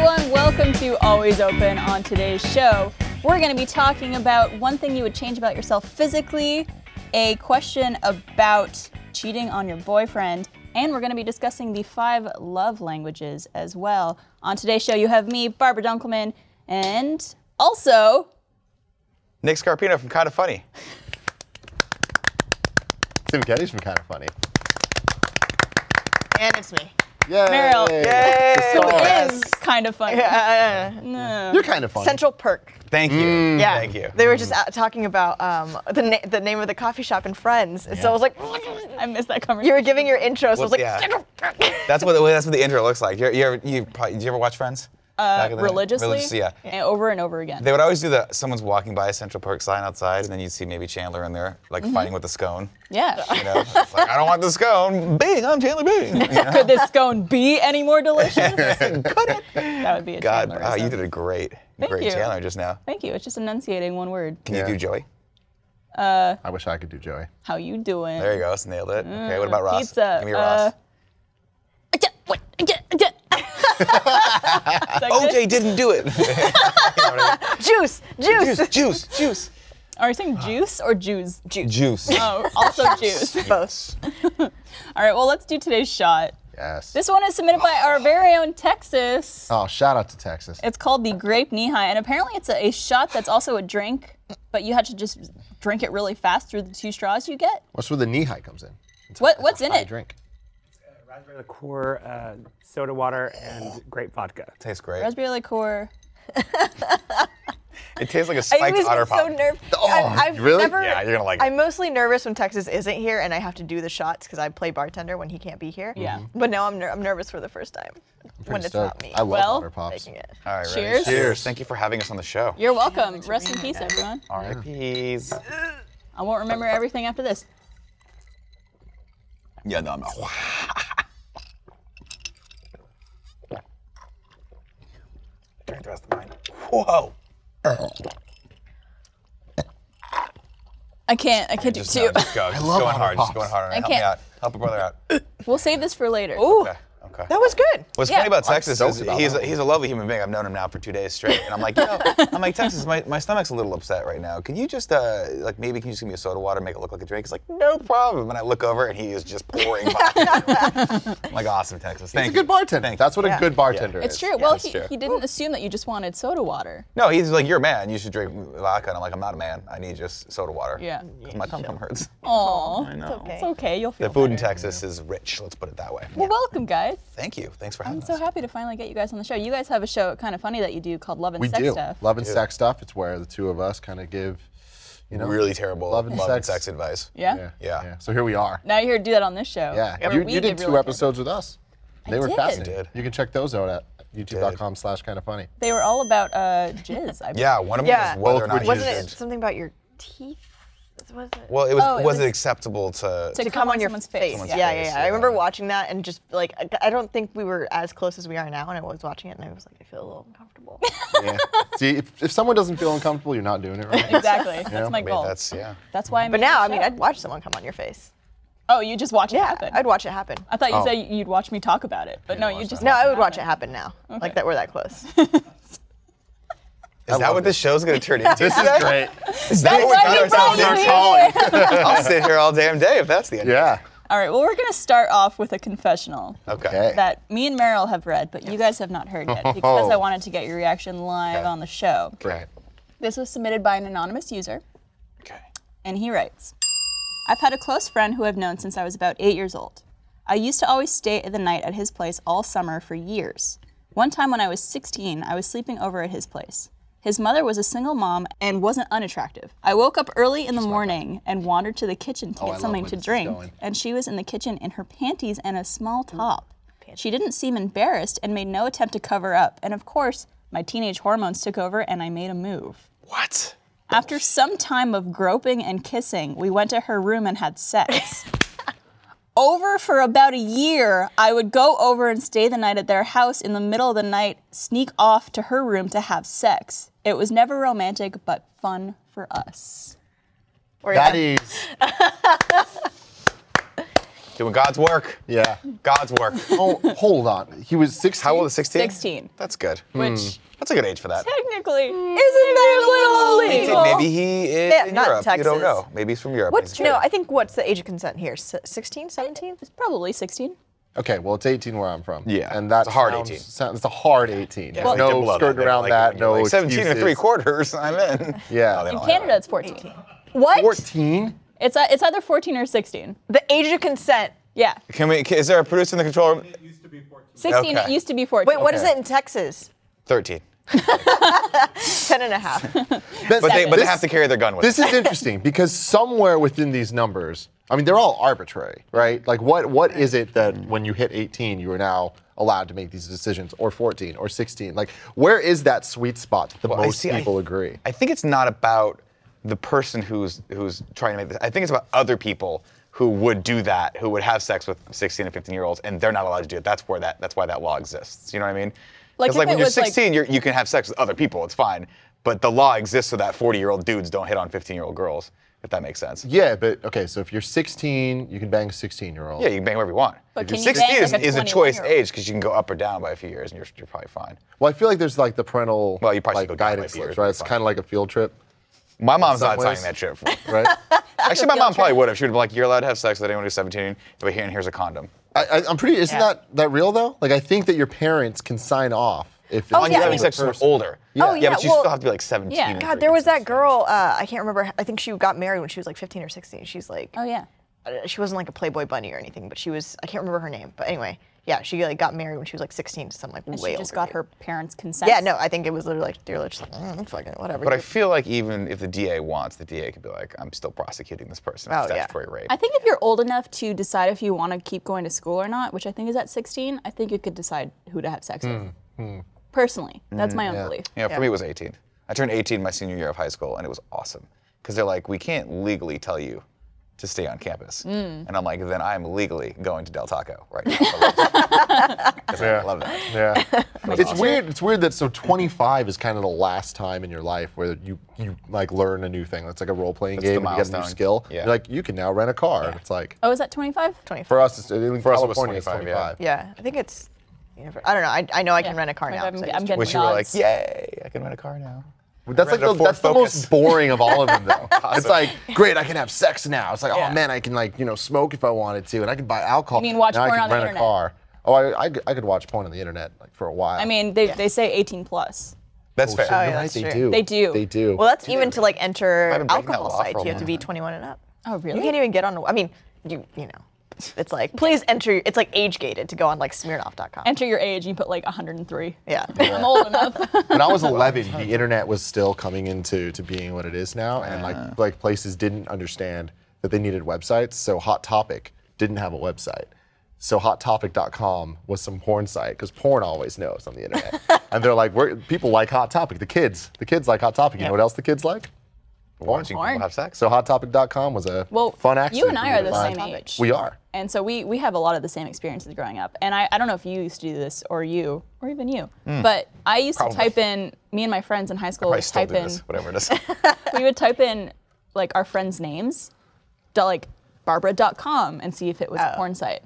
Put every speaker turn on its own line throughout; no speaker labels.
Welcome to Always Open. On today's show, we're going to be talking about one thing you would change about yourself physically, a question about cheating on your boyfriend, and we're going to be discussing the five love languages as well. On today's show, you have me, Barbara Dunkelman, and also
Nick Scarpino from Kinda Funny.
Tim Kenny's from Kind of Funny.
And it's me.
Yay!
Meryl.
The star.
is kind of funny.
You're kind of funny.
uh, Central Perk.
Thank you.
Yeah.
Mm, Thank you. Mm-hmm.
They were just out talking about um, the, na- the name of the coffee shop in Friends. And so I was like,
I missed that conversation.
you were giving your intro, so I was like,
yeah.
Central Perk.
That's what that's what the intro looks like. You're, you're, you probably, did you ever watch Friends? Uh,
religiously,
religiously, yeah.
and over and over again.
They would always do the someone's walking by a Central Park sign outside, and then you'd see maybe Chandler in there, like fighting with the scone.
yeah.
You know, it's like I don't want the scone. Bing, I'm Chandler Bing. You know?
Could this scone be any more delicious? Could it? That would be a
God,
Chandler.
wow, you did a great, great
you.
Chandler just now.
Thank you. It's just enunciating one word.
Can
Yeah.
you do Joey?
I wish I could do Joey.
How you doing?
There you go, just nailed it. Okay, what about Ross?
pizza,
Give me
uh,
Ross.
Yeah, what? Yeah, yeah. Is that good?
OJ didn't do it.
Juice, juice.
juice, juice, juice,
Are you saying juice or Jews? Juice.
juice.
Oh, also juice.
Both.
All right, well, let's do today's shot.
Yes.
This one is submitted by our very own Texas.
oh, shout out to Texas.
It's called the Grape Knee High, and apparently it's a, a shot that's also a drink, but you had to just drink it really fast through the two straws you get.
What's where the knee high comes in? It's a-
What-
it's a
what's in
high
it?
Drink.
Raspberry liqueur, uh, soda water, and grape vodka.
Tastes great.
Raspberry liqueur.
It tastes like a
I
spiked
always
otter
get so
pop.
nervous.
Oh, really?
Yeah, you're gonna like it.
I'm mostly nervous when Texas isn't here and I have to do the shots because I play bartender when he can't be here.
Yeah.
Mm-hmm.
Mhm.
But now I'm, ner- I'm nervous for the first time
Pretty
when it's
stoked.
not me.
I love
Well,
water pops.
making it.
All right, ready?
Cheers.
Cheers. Thank you for having us on the show.
You're welcome. Rest in peace, everyone.
RIPs.
I won't remember everything after this.
Yeah, no, I'm Drink the rest of mine. Whoa.
I can't. I can't do
Just,
two.
no, just go. Just
love
going
Otter
hard.
Pops.
Just going hard. on it.
I
Help
can't-
me out. Help a brother out.
We'll save this for later.
Ooh,
Okay. Okay.
that was good.
What's
Yeah.
funny about
I'm
Texas
stoked
is
about
he's
that
a, he's a lovely human being. I've known him now for two days straight, and I'm like, you know, I'm like Texas, my, my stomach's a little upset right now. Can you just uh like maybe can you just give me a soda water, make it look like a drink? He's like, no problem. And I look over, and he is just pouring. vodka. I'm like awesome, Texas. Thank
He's a
you.
good bartender.
Thank you.
That's what a good bartender is.
It's true. well,
it's
he,
true.
he didn't assume that you just wanted soda water.
No, he's like, you're a man. You should drink vodka. And I'm like, I'm not a man. I need just soda water.
Yeah.
'Cause my tum tum hurts.
Aw,
I know.
okay.
it's okay. You'll feel
The food in
better.
Texas is rich. Let's put it that way.
Well, welcome, guys.
Thank you. Thanks for having
I'm so
us.
happy to finally get you guys on the show. You guys have a show, kind of funny that you do called Love and
We
Sex
do.
Stuff.
Love and sex stuff. It's where the two of us kind of give, you know.
Really terrible
Love and sex.
advice.
yeah?
Yeah,
Yeah.
yeah. So here we are.
Now you're here to do that on this show.
Yeah.
where
You,
we
you
give
did two
really terrible-
episodes with us. They were
did.
fascinating.
I did.
You can check those out at youtube.com slash kind of funny.
They were all about uh, jizz. I
Yeah, one of them
Yeah.
was whether
Both
or not
were
you
Wasn't it
should-
something about your teeth? Was it?
Well, it was.
Oh, it
was, it
was-
acceptable to?
To
to come on, your
someone's face.
face.
Someone's
Yeah, yeah,
face,
yeah,
yeah.
I remember watching that and just like I- I don't think we were as close as we are now, and I was watching it and I was like, I feel a little uncomfortable.
Yeah. See, if, if someone doesn't feel uncomfortable, you're not doing it right.
Exactly. That's my
I mean,
goal.
that's yeah.
That's why I'm.
but now, I mean, I'd watch someone come on your face.
oh, you just watch it
Yeah,
happen.
I'd watch it happen.
I thought you said you'd watch me talk about it, but no, you just
No, I would watch it happen now. Like that, we're that close.
Is that
love
what
it.
this show's gonna turn into?
This is great.
Is that what
why we
we got
brought you
ourselves
here.
into? I'll sit here all damn day if that's the end.
Yeah.
All right. Well, we're gonna start off with a confessional.
Okay.
Okay.
that me and Meryl have read, but you guys have not heard yet because I wanted to get your reaction live
Okay.
on the show.
Great.
This was submitted by an anonymous user,
Okay.
and he writes I've had a close friend who I've known since I was about eight years old. I used to always stay the night at his place all summer for years. One time when I was 16, I was sleeping over at his place. His mother was a single mom and wasn't unattractive. I woke up early in the morning and wandered to the kitchen to
Oh, I
get
love
something
where
to
this is
drink,
going.
and she was in the kitchen in her panties and a small top. She didn't seem embarrassed and made no attempt to cover up, and of course, my teenage hormones took over and I made a move.
What?
After some time of groping and kissing, we went to her room and had sex. over for about a year, I would go over and stay the night at their house in the middle of the night, sneak off to her room to have sex. It was never romantic, but fun for us.
Or
That
yeah.
is.
Doing God's work.
Yeah.
God's work.
Oh, hold on. He was 16.
How old is 16?
16.
That's good.
Which
That's a good age for that.
technically isn't that a
Maybe-
little illegal?
Maybe he is
Yeah,
in
not in
Europe. You don't
Texas.
know. Maybe he's from Europe.
What's
He's
no?
Jewish.
I think what's the age of consent here? S- 16, 17?
It's probably 16.
Okay, well, it's 18 where I'm from.
Yeah,
And that's
it's a hard 18.
it's a hard 18.
Yeah,
Like,
they
no
love
skirt
They
around
like it
that.
when you're
No
like, 17 and
excuses.
three quarters. I'm in.
Yeah.
No, they
In
Oh, don't have
Canada,
that.
it's 14. What?
14?
It's uh, it's either 14 or 16.
The age of consent.
Yeah,
Can we? Can, is there a producer in the control room?
16.
Okay.
It used to be 14.
Wait, what is
Okay.
it in Texas?
13.
10 and a half.
But,
But they, but they have to carry their gun with
This
them.
is interesting because somewhere within these numbers, I mean, they're all arbitrary, right? Like, what what is it that when you hit 18, you are now allowed to make these decisions, or 14, or 16? Like, where is that sweet spot that the
I
most
see- I-
people agree?
I think it's not about the person who's who's trying to make this. I think it's about other people who would do that, who would have sex with 16 and 15 year olds, and they're not allowed to do it. That's where that that's why that law exists. You know what I mean?
Like,
Because
if
like
it
when you're
was, like-
16, you're, you can have sex with other people. It's fine. But the law exists so that 40 year old dudes don't hit on 15 year old girls. If that makes sense.
Yeah, but okay, so if you're 16, you can bang a 16 year old.
Yeah, you can bang wherever you want.
But
If you're
can you bang,
16 is,
like, a
is a choice
21-year-old?
age because you can go up or down by a few years and you're, you're probably fine.
Well, I feel like there's like the parental
Well, you probably should
like,
go down
guidance
by a year,
list, right?
you're
It's
fine.
kind of like a field trip,
My mom's
some
not
ways.
signing that shit. for me.
right?
Actually, my mom probably would have. She would have been like, "You're allowed to have sex with anyone who's 17, but here and here's a condom."
I, I, I'm pretty. Isn't
Yeah.
that that real though? Like, I think that your parents can sign off if it's
Oh,
On
yeah,
you having
I mean-
sex with someone older.
Yeah. Oh,
yeah, but
yeah,
you
well-
still have to be like 17.
Yeah.
and
God,
three
God, there was that
consents.
girl. Uh, I can't remember. I think she got married when she was like 15 or 16. She's like,
Oh yeah.
uh, she wasn't like a Playboy bunny or anything, but she was. I can't remember her name. But anyway, yeah, she like got married when she was like 16 to some like
And
way
she just
older
got
dude.
her parents' consent.
Yeah, no, I think it was literally like they were just like mm, fucking whatever.
But I
dude."
feel like even if the DA wants, the DA could be like, "I'm still prosecuting this person
Oh,
for
yeah.
statutory rape."
I think if you're old enough to decide if you want to keep going to school or not, which I think is at 16, I think you could decide who to have sex
Mm,
with. Personally, that's my own belief.
yeah, for me it was 18. I turned 18 my senior year of high school, and it was awesome because they're like, "We can't legally tell you." To stay on campus, and I'm like, then I'm legally going to Del Taco right now. 'Cause I love that.
Yeah. it's
awesome.
weird. It's weird that so 25 is kind of the last time in your life where you you like learn a new thing. That's like a role playing
That's the
game. and you get a new
milestone.
skill.
Yeah.
You're like you can now rent a car. And It's like
Oh, is that 25?
25.
for us, it's, in
For us, it was
California, it's 25.
25, yeah.
yeah, I think it's. univer- I don't know. I, I know I can rent a car now.
25,
'cause I
I'm, I'm
used to-
getting
Wish you were like,
nods.
"Yay, I can rent a car now."
That's like
Rented a
the,
Ford
that's the
Focus.
most boring of all of them, though. it's like, great, I can have sex now. It's like, oh man, I can like you know smoke if I wanted to, and I can buy alcohol.
You mean watch
now
porn
I can
on the
rent
internet.
a car. Oh, I, I, could- I could watch porn on the internet like for a while.
I mean, they, they say 18 plus.
Oh,
That's fair.
Oh, yeah,
right,
that's
they
true.
do.
They do.
They do.
Well, that's even to like enter
I've been breaking that
alcohol
law for
sites.
a
You have to
long
be 21 and up.
Oh, really?
You can't even get on. I mean, you you know, it's like please enter. It's like age gated to go on like Smirnoff.com.
Enter your age, you put like 103.
yeah.
I'm old enough.
when I was 11, the internet was still coming into to being what it is now, and like like places didn't understand that they needed websites. So Hot Topic didn't have a website. So HotTopic.com was some porn site because porn always knows on the internet, and they're like, We're, people like Hot Topic. The kids, the kids like Hot Topic. You know what else the kids like?
Watching people have sex.
So HotTopic.com was a
Well,
fun action.
you and I are the
find.
same age.
We are.
And so we we have a lot of the same experiences growing up. And I, I don't know if you used to do this or you or even you,
Mm.
but I used to
Probably.
type in me and my friends in high school
Probably
would
still
type
do
in
this, whatever it is.
we would type in like our friends' names, dot- like Barbara.com, and see if it was
Oh.
a porn site.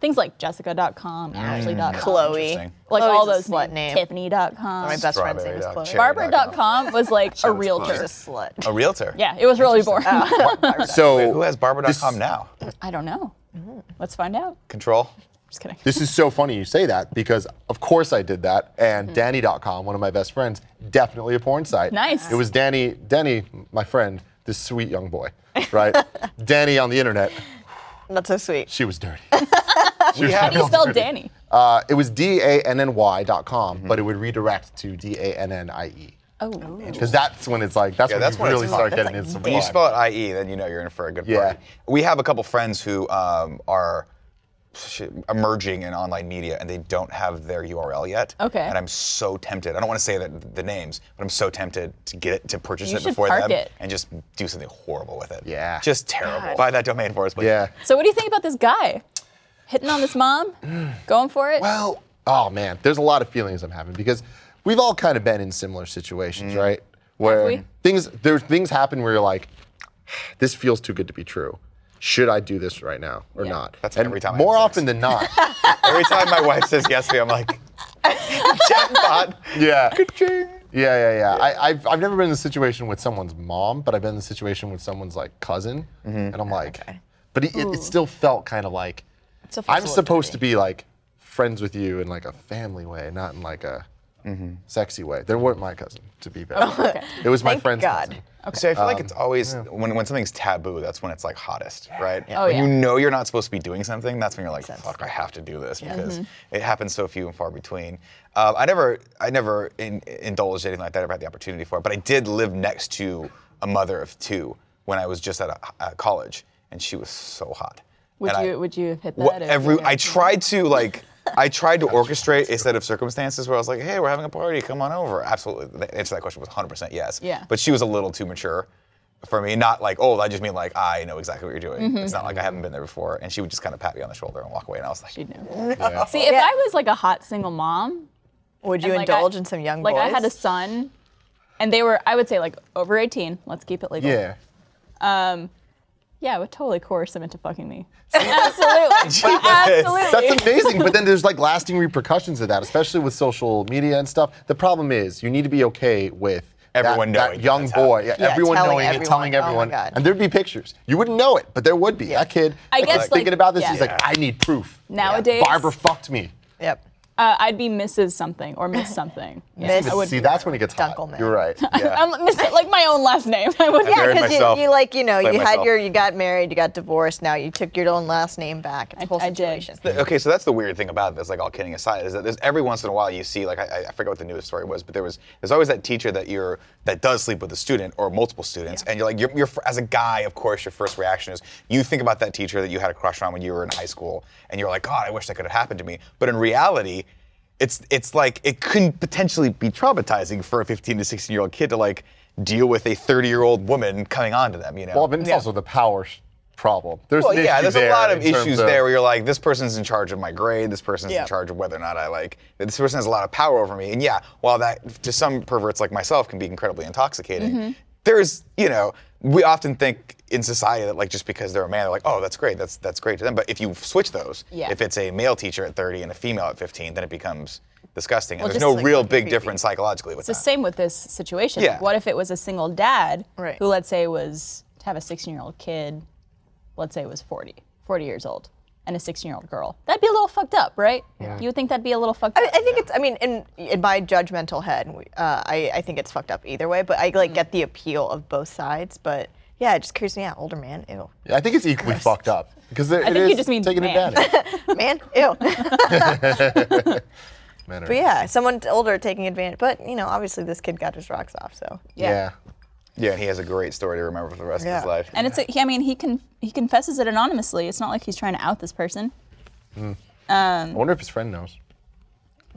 Things like Jessica.com, Ashley.com,
Chloe.
Interesting.
like
Chloe's
all
a
those
slut
names,
name.
Tiffany.com.
My best friend's
Strawberry
name is
dot
Chloe.
cherry.
Barbara.com was like a
She's a
realtor.
slut.
A realtor.
Yeah, it was really boring.
Oh.
So
Who has Barbara.com now?
I don't know.
Mm.
Let's find out.
Control.
Just kidding.
This is so funny you say that because of course I did that.
Hmm.
And Danny.com, one of my best friends, definitely a porn site.
Nice.
It was Danny, Danny, my friend, this sweet young boy, right? Danny on the internet,
Oh.
That's so sweet.
she was dirty.
How do you spell Danny?
Uh, it was D-A-N-N-Y.com,
Mm-hmm.
but it would redirect to D-A-N-N-I-E.
Oh,
Because E. that's when it's like, that's
Yeah,
when
that's
you
when it's
really
fun.
start
That's
getting into some
When you spell it IE, then you know you're in for a good
Yeah.
party. We have a couple friends who um, are shit, emerging in online media and they don't have their URL yet.
Okay.
And I'm so tempted. I don't want to say that the names, but I'm so tempted to get it to purchase
You
it
should
before
park
them
it.
and just do something horrible with it.
Yeah.
Just terrible. Buy that domain for us, please.
Yeah.
So what do you think about this guy? Hitting on this mom? Going for it?
Well, oh man, there's a lot of feelings I'm having because we've all kind of been in similar situations,
Mm.
right? Where
we?
things there's things happen where you're like, this feels too good to be true. should I do this right now or
Yeah.
not?
That's
and
every time I have
More
sex.
often than not.
Every time my wife says yes to me, I'm like, jackpot.
yeah. Yeah, yeah, yeah. I, I've, I've never been in a situation with someone's mom, but I've been in a situation with someone's like cousin, and I'm like, but it, it, it still felt kind of like
It's a
I'm
flexible
supposed to
ability.
be like friends with you in like a family way, not in like a sexy way. They weren't my cousin, to be fair. It was my
Oh, Thank
friend's
God.
cousin.
So I feel like it's always when, when something's taboo, that's when it's like hottest, right?
Oh,
when you
yeah.
know you're not supposed to be doing something, that's when you're like, fuck, I have to do this because
Mm-hmm.
it happens so few and far between. Um, I never, I never in, indulged anything like that. I never had the opportunity for it, but I did live next to a mother of two when I was just at, a, at college, and she was so hot.
Would
And I-
you would you have hit that?
what
if
every
you
I
had-
tried to like I tried to orchestrate a set of circumstances where I was like, "Hey, we're having a party, come on over." Absolutely, the answer to that question was 100% yes.
Yeah.
But she was a little too mature for me. Not like, "Oh, I just mean like I know exactly what you're doing."
Mm-hmm.
It's not like I haven't been there before, and she would just kind of pat me on the shoulder and walk away, and I was like,
You'd know.
Yeah.
See, if I was like a hot single mom,
Would you
and, like, I-
indulge in some young
like
boys?
I had a son, and they were I would say like over 18. Let's keep it legal.
Yeah.
Yeah, I would totally coerce them into fucking me. absolutely. absolutely.
That's amazing, but then there's like lasting repercussions of that, especially with social media and stuff. The problem is you need to be okay with that-
Everyone
that,
knowing that
young
that's
boy, yeah,
Yeah,
everyone
telling
knowing it,
everyone.
telling
Oh my
everyone,
God.
and there'd be pictures. You wouldn't know it, but there would be. That kid,
I
was
guess, like-
thinking about this,
yeah.
he's like, I need proof.
Nowadays-
Barbara fucked me.
Yep.
Uh, I'd be Mrs. something or Miss something. Yeah.
Miss
I would.
See, that's when it gets hot.
Dunkelman.
You're right.
yeah.
I'm miss, like my own last name. I would.
Yeah,
married
because
myself.
you, you like you know
Played
you had
myself.
your you got married, you got divorced. Now you took your own last name back. It's a
I-
whole
I did.
situation.
Okay, so that's the weird thing about this. Like, all kidding aside, is that there's every once in a while you see, like, I, I forget what the newest story was, but there was there's always that teacher that you're that does sleep with a student or multiple students, and you're like, you're, you're as a guy, of course, your first reaction is you think about that teacher that you had a crush on when you were in high school, and you're like, God, I wish that could have happened to me. But in reality, it's it's like it couldn't potentially be traumatizing for a 15 to 16 year old kid to like deal with a 30 year old woman coming on to them, you know?
Well, but it's also the power sh- problem. There's
Well,
an
yeah,
issue
there's
there
a lot of
in terms
issues
of-
there where you're like, this person's in charge of my grade, this person's
Yeah.
in charge of whether or not I like, this person has a lot of power over me. And yeah, while that to some perverts like myself can be incredibly intoxicating, there's, you know, we often think in society that like just because they're a man, they're like, oh, that's great, that's that's great to them. But if you switch those,
Yeah.
if it's a male teacher at 30 and a female at 15, then it becomes disgusting. And there's
just,
no
like,
real
fucking
big
creepy.
difference psychologically with
It's the
that.
same with this situation.
Yeah.
Like, what if it was a single dad
Right.
who, let's say, was to have a 16 year old kid, let's say was 40, 40 years old, and a 16 year old girl? That'd be a little fucked up, right? Yeah. You would think that'd be a little fucked up.
I think it's. I mean, in in my judgmental head, we- uh, I I think it's fucked up either way. But I
Mm.
like get the appeal of both sides. But yeah, it just creeps me out. Older man, ew.
I think it's equally fucked up because there, I
think you just mean
taking
man.
advantage.
Man, ew.
Men are-
but yeah, someone older taking advantage. But you know, obviously this kid got his rocks off. So
Yeah.
yeah.
Yeah, and he has a great story to remember for the rest of his
Yeah.
life.
And it's, a, he, I mean, he can he confesses it anonymously. It's not like he's trying to out this person.
I wonder if his friend knows.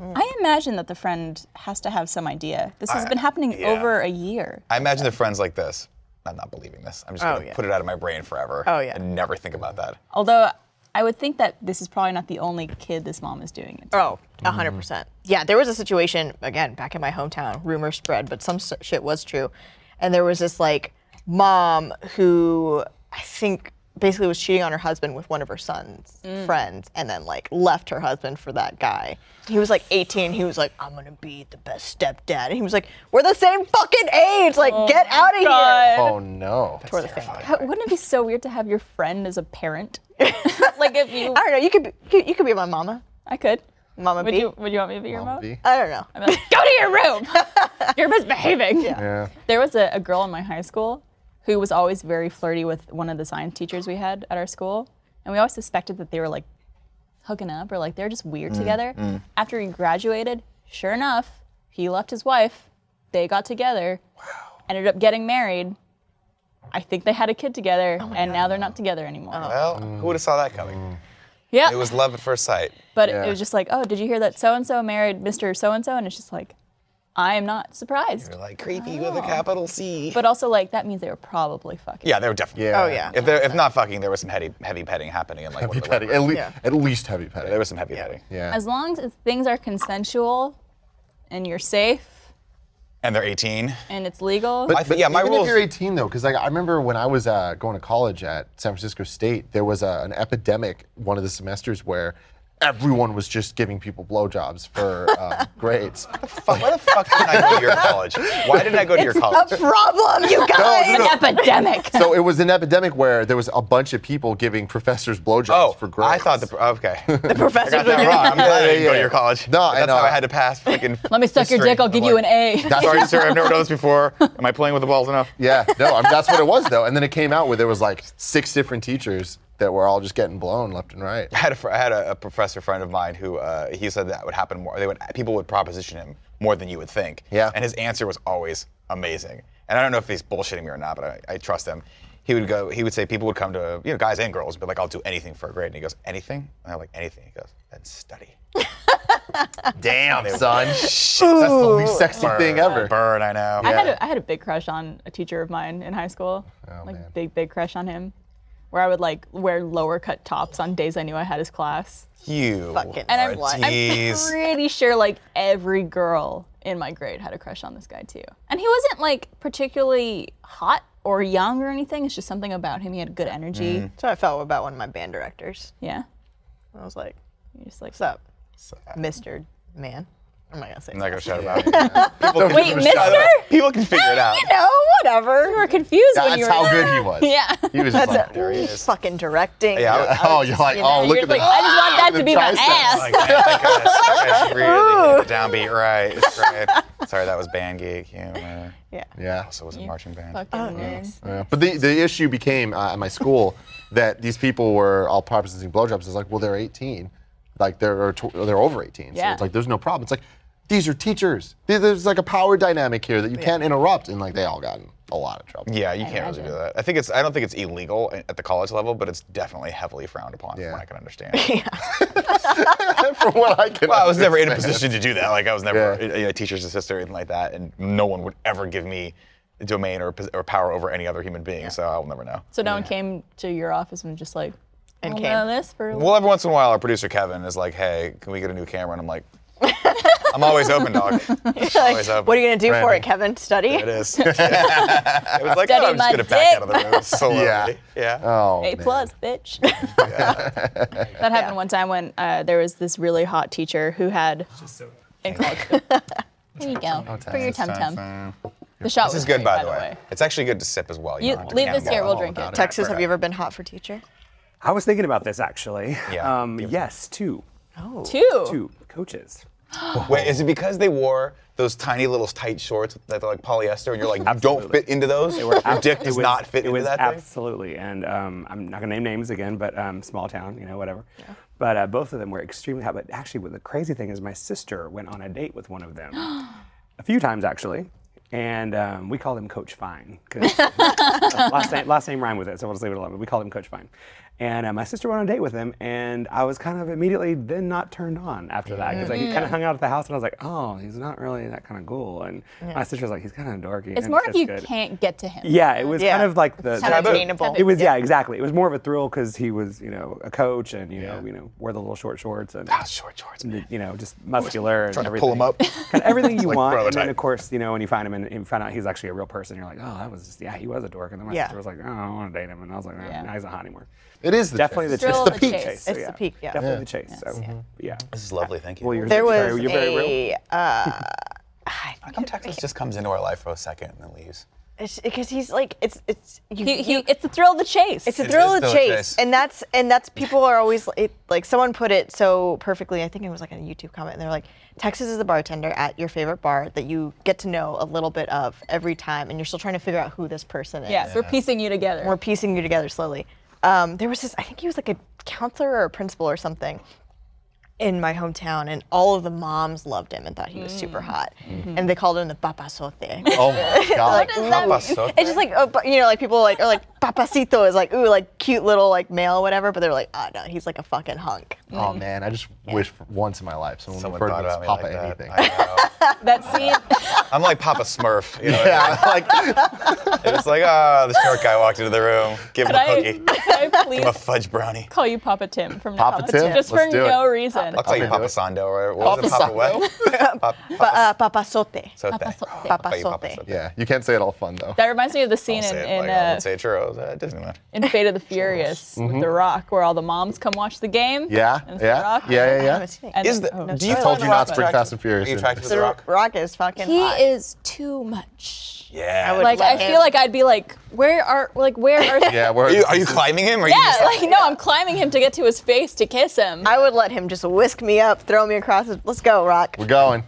I imagine that the friend has to have some idea. This has
I-
been happening
yeah.
over a year.
I imagine the friends like this. I'm not believing this. I'm just
Oh,
gonna
yeah.
put it out of my brain forever.
Oh, yeah.
And never think about that.
Although I would think that this is probably not the only kid this mom is doing it. to.
Oh,
Mm.
100%. Yeah, there was a situation, again, back in my hometown, rumor spread, but some s- shit was true. And there was this like mom who I think basically was cheating on her husband with one of her son's
Mm.
friends and then like left her husband for that guy. He was like 18. He was like, I'm going to be the best stepdad. And he was like, We're the same fucking age. Like, get out of here.
Oh God.
Oh no.
Toward the family.
How- Wouldn't it be so weird to have your friend as a parent? like if you,
I don't know. You could be, you could be my mama.
I could.
Mama
Would
B.
you? Would you want me to be your mom?
B.
I don't know.
I'd be like, Go to your room. You're misbehaving.
Yeah.
There was a, a girl in my high school who was always very flirty with one of the science teachers we had at our school, and we always suspected that they were like hooking up or like they were just weird
Mm,
together. After he graduated, sure enough, he left his wife. They got together. Ended up getting married. I think they had a kid together,
Oh
and now they're not together anymore.
Well, who would have saw that coming?
Yeah.
Oh. It was love at first sight.
But
Yeah.
it was just like, oh, did you hear that so and so married Mr. So and so? And it's just like, I am not surprised.
You're like creepy with
Oh.
a capital C.
But also, like, that means they were probably fucking.
yeah, they were definitely.
Yeah.
Oh, yeah.
If they're, if not fucking, there was some heavy heavy petting happening in like one
Heavy
of the
petting. At, le-
Yeah.
at least heavy petting.
There was some heavy petting.
yeah.
As long as things are consensual and you're safe,
and they're 18.
and it's legal.
I think- yeah, my
even
rules.
if you're 18 though, because like, I remember when I was uh, going to college at San Francisco State, there was a, an epidemic one of the semesters where everyone was just giving people blowjobs for uh, grades.
Fuck, why the fuck didn't I go to your college? Why didn't I go to your college?
A problem, you guys.
an epidemic.
So it was an epidemic where there was a bunch of people giving professors blowjobs
Oh,
for grades.
I thought the okay.
The professors
I got that
were doing
wrong. I'm glad I
Yeah,
didn't go to
yeah.
your college.
No,
But
I
that's
know.
how I had to pass. Freaking
Let me suck your
history.
dick. I'll give
I'm
you an
like,
A.
That's
Sorry, sir. I've never done this before. Am I playing with the balls enough?
Yeah, no, I mean, that's what it was though. And then it came out where there was like six different teachers that were all just getting blown left and right.
I had a, fr- I had a, a professor friend of mine who uh, he said that would happen more. They would people would proposition him more than you would think.
Yeah.
And his answer was always amazing. And I don't know if he's bullshitting me or not, but I, I trust him. He would go. He would say people would come to you know guys and girls, but like I'll do anything for a grade. And he goes anything. And I'm like anything. He goes then study. Damn,
Son,
Shit, that's the least
sexy thing ever.
Burn, I know.
I had a, I had a big crush on a teacher of mine in high school. like big big crush on him, where I would like wear lower cut tops on days I knew I had his class.
You
Fucking
and
I'm- I'm
I'm pretty sure like every girl in my grade had a crush on this guy too. And he wasn't like particularly hot or young or anything. It's just something about him. He had good energy.
That's how I felt about one of my band directors.
Yeah.
I was like,
You're just like
what's up, Mr. Man? I'm not gonna say
I'm not gonna
his
shout about it. People can-
Wait,
Shut up.
mister?
People can figure it out.
last name. No, whatever.
you were confused when
that's
you were
how
there.
good he was.
Yeah.
He was just
That's
like,
it.
There he is.
Fucking directing.
Yeah, I would-
oh, you're like, oh, look
You're
at the
like, I just want that
the
to be my
triceps.
ass.
Like, "Oh, man, that guy's- that guy's really downbeat, right? It's great. Sorry, that was band geek humor.
yeah.
Yeah.
Also, was a marching band.
Fucking nice.
Yeah. But the, the issue became uh, at my school that these people were all propositioning blowjobs. It's like, well, they're 18. Like, they're, or tw- they're over 18. So
Yeah.
it's like, there's no problem. It's like, these are teachers. Th- There's like a power dynamic here that you can't interrupt. And like, they all got in a lot of trouble.
Yeah, you can't really do that. I think it's. I don't think it's illegal at the college level, but it's definitely heavily frowned upon.
Yeah.
From what I can understand.
From what I can
well, I was never in a
understand.
position to do that. Like I was never
Yeah.
a, a teacher's assistant or anything like that, and no one would ever give me domain or, pos- or power over any other human being. So I'll never know.
So no one came to your office and was just like,
And
"Well,
came.
now this for
Well, every once in a while, our producer Kevin is like, "Hey, can we get a new camera?" And I'm like, "I'm always open, dog. always open."
What are you gonna do for
Brandon.
it, Kevin? Study?
It is. it was like,
Study
oh, I'm
my
just gonna back out of
dick.
the room slowly.
Yeah.
Yeah.
Oh,
A
man.
plus, bitch. that happened one time when uh, there was this really hot teacher who had.
So,
In college. Here you go for your tum tum. The shot
This
was
is good,
great,
by the way. It's actually good to sip as well.
You
don't have to
leave
count
this here.
all
We'll
about
drink it.
Texas, have you ever been hot for teacher?
I was thinking about this actually.
Yeah.
Um, yes, two.
Oh.
Two.
Two coaches.
Wait, is it because they wore those tiny little tight shorts that are like polyester, and you're like, you don't fit into those? Your dick does
was-
not fit
it
into
was
that thing?
absolutely and um, i'm not going to name names again but um, small town you know whatever but uh, both of them were extremely hot but actually what the crazy thing is my sister went on a date with one of them a few times actually and um, we called him Coach Fine. 'cause- last, name, last name rhymed with it, so we'll just leave it alone. But we called him Coach Fine. And uh, my sister went on a date with him, and I was kind of immediately then not turned on after that. Because like, he
Mm.
kind of hung out at the house, and I was like, oh, he's not really that kind of cool. And my sister was like, he's kind of dorky.
It's
and
more if
just
you
good.
can't get to him.
Yeah, it was kind
Yeah.
of like the
It's kinda attainable.
It was yeah, exactly. It was more of a thrill because he was you know a coach and you know
Yeah.
you know wore the little short shorts and
Ah, short shorts, man.
you know just muscular and
Trying to
everything.
pull him up.
Kinda everything you
Like
want. And
prototype.
then of course you know when you find him and you find out he's actually a real person, you're like, oh, that was just yeah, he was a dork. And then my
Yeah.
sister was like, oh, I don't want to date him, and I was like, no,
Yeah.
no, he's not hot anymore.
It is the
Definitely the
chance.
chase.
Thrill
It's
of
the
the
peak
chase.
chase. so
It's the peak, yeah.
Definitely the chase. So yeah.
This is lovely. Thank you.
Well, yours-
There was
Sorry, you're very real.
a uh,
How come Texas just comes into our life for a second and then leaves?
because he's like it's it's you,
He,
you-
he, it's the thrill of the chase.
It's a
It
thrill
is
of the
still a
chase.
chase.
and that's and that's people are always it, like someone put it so perfectly. I think it was like a YouTube comment. And they're like, Texas is the bartender at your favorite bar that you get to know a little bit of every time, and you're still trying to figure out who this person is.
yes, we're piecing you together.
We're piecing you together slowly. Um, there was this, I think he was like a counselor or a principal or something in my hometown, and all of the moms loved him and thought he was super hot. And they called him the papasote.
Oh my God.
Papasote?
It's just like oh, but, you know, like people like are like papacito is like ooh, like cute little like male or whatever, but they're like, oh no, he's like a fucking hunk.
Oh
mm.
man, I just wish for once in my life someone,
Someone
referred
thought
to me as
about me
Papa
like
anything.
that. I
that scene.
know. I'm like Papa Smurf. You know?
yeah, like
It's like, ah, the short guy walked into the room. Give him
Could
a
I,
cookie.
could I
A
please
fudge brownie.
call you Papa Tim from now
Papa
on?
Tim?
Just for
Let's do it.
no reason. fun.
I'll tell you
Papa
Papa
Doe.
Sando or what was it? Papa
Papa
what? Papa,
Pa- uh, papasote.
Sote.
Papa Sote.
I'll call you
Papa Sote.
Sote.
Yeah, you can't say it all fun though.
That reminds me of the scene
I'll
in,
say it
in,
like,
uh,
I'll say churros at Disneyland.
in Fate of the Furious with The Rock, where all the moms come watch the game.
Mm-hmm. Yeah,
And it's The
yeah,
Rock.
yeah, yeah,
I
yeah.
haven't seen it.
And
Is
then-
the,
oh,
do you
sorry.
find
told you
The
not to
Rock
bring
attractive?
Fast and Furious
Are you
in.
attracted to The
The
Rock?
rock is fucking
He
hot.
is too much.
Yeah.
I would-
Like I
Let him.
feel like I'd be like, where are like where are
Yeah, we're
Are you, are you climbing him? Or are you
Yeah,
just
like no, I'm climbing him to get to his face to kiss him.
I would let him just whisk me up, throw me across. His, let's go, Rock.
we're going.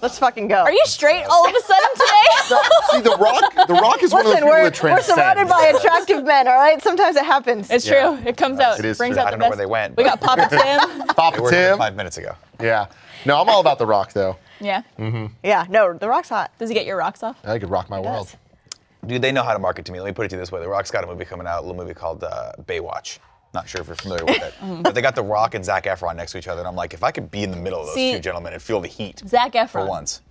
Let's fucking go.
Are you straight all of a sudden today?
See, The Rock, The Rock is one of those
Listen,
people
we're,
that
we're
transcends.
surrounded by attractive men, all right? Sometimes it happens.
it's
Yeah. Uh,
true. It comes out.
It is
brings
true.
out
I
the
don't know
best.
where they went.
we got
but
Papa Tim.
they
Papa
were here
Tim.
five minutes ago.
Yeah. No, I'm all about The Rock though.
Yeah.
Mm-hmm.
yeah, no, the rock's hot.
Does he get your rocks off?
I could rock my world.
Dude, they know how to market to me. Let me put it to you this way: The Rock's got a movie coming out, a little movie called uh, Baywatch. Not sure if you're familiar with it,
Mm-hmm.
but they got The Rock and Zach Efron next to each other, and I'm like, if I could be in the middle of those
See,
two gentlemen and feel the heat
Zac Efron.
for once,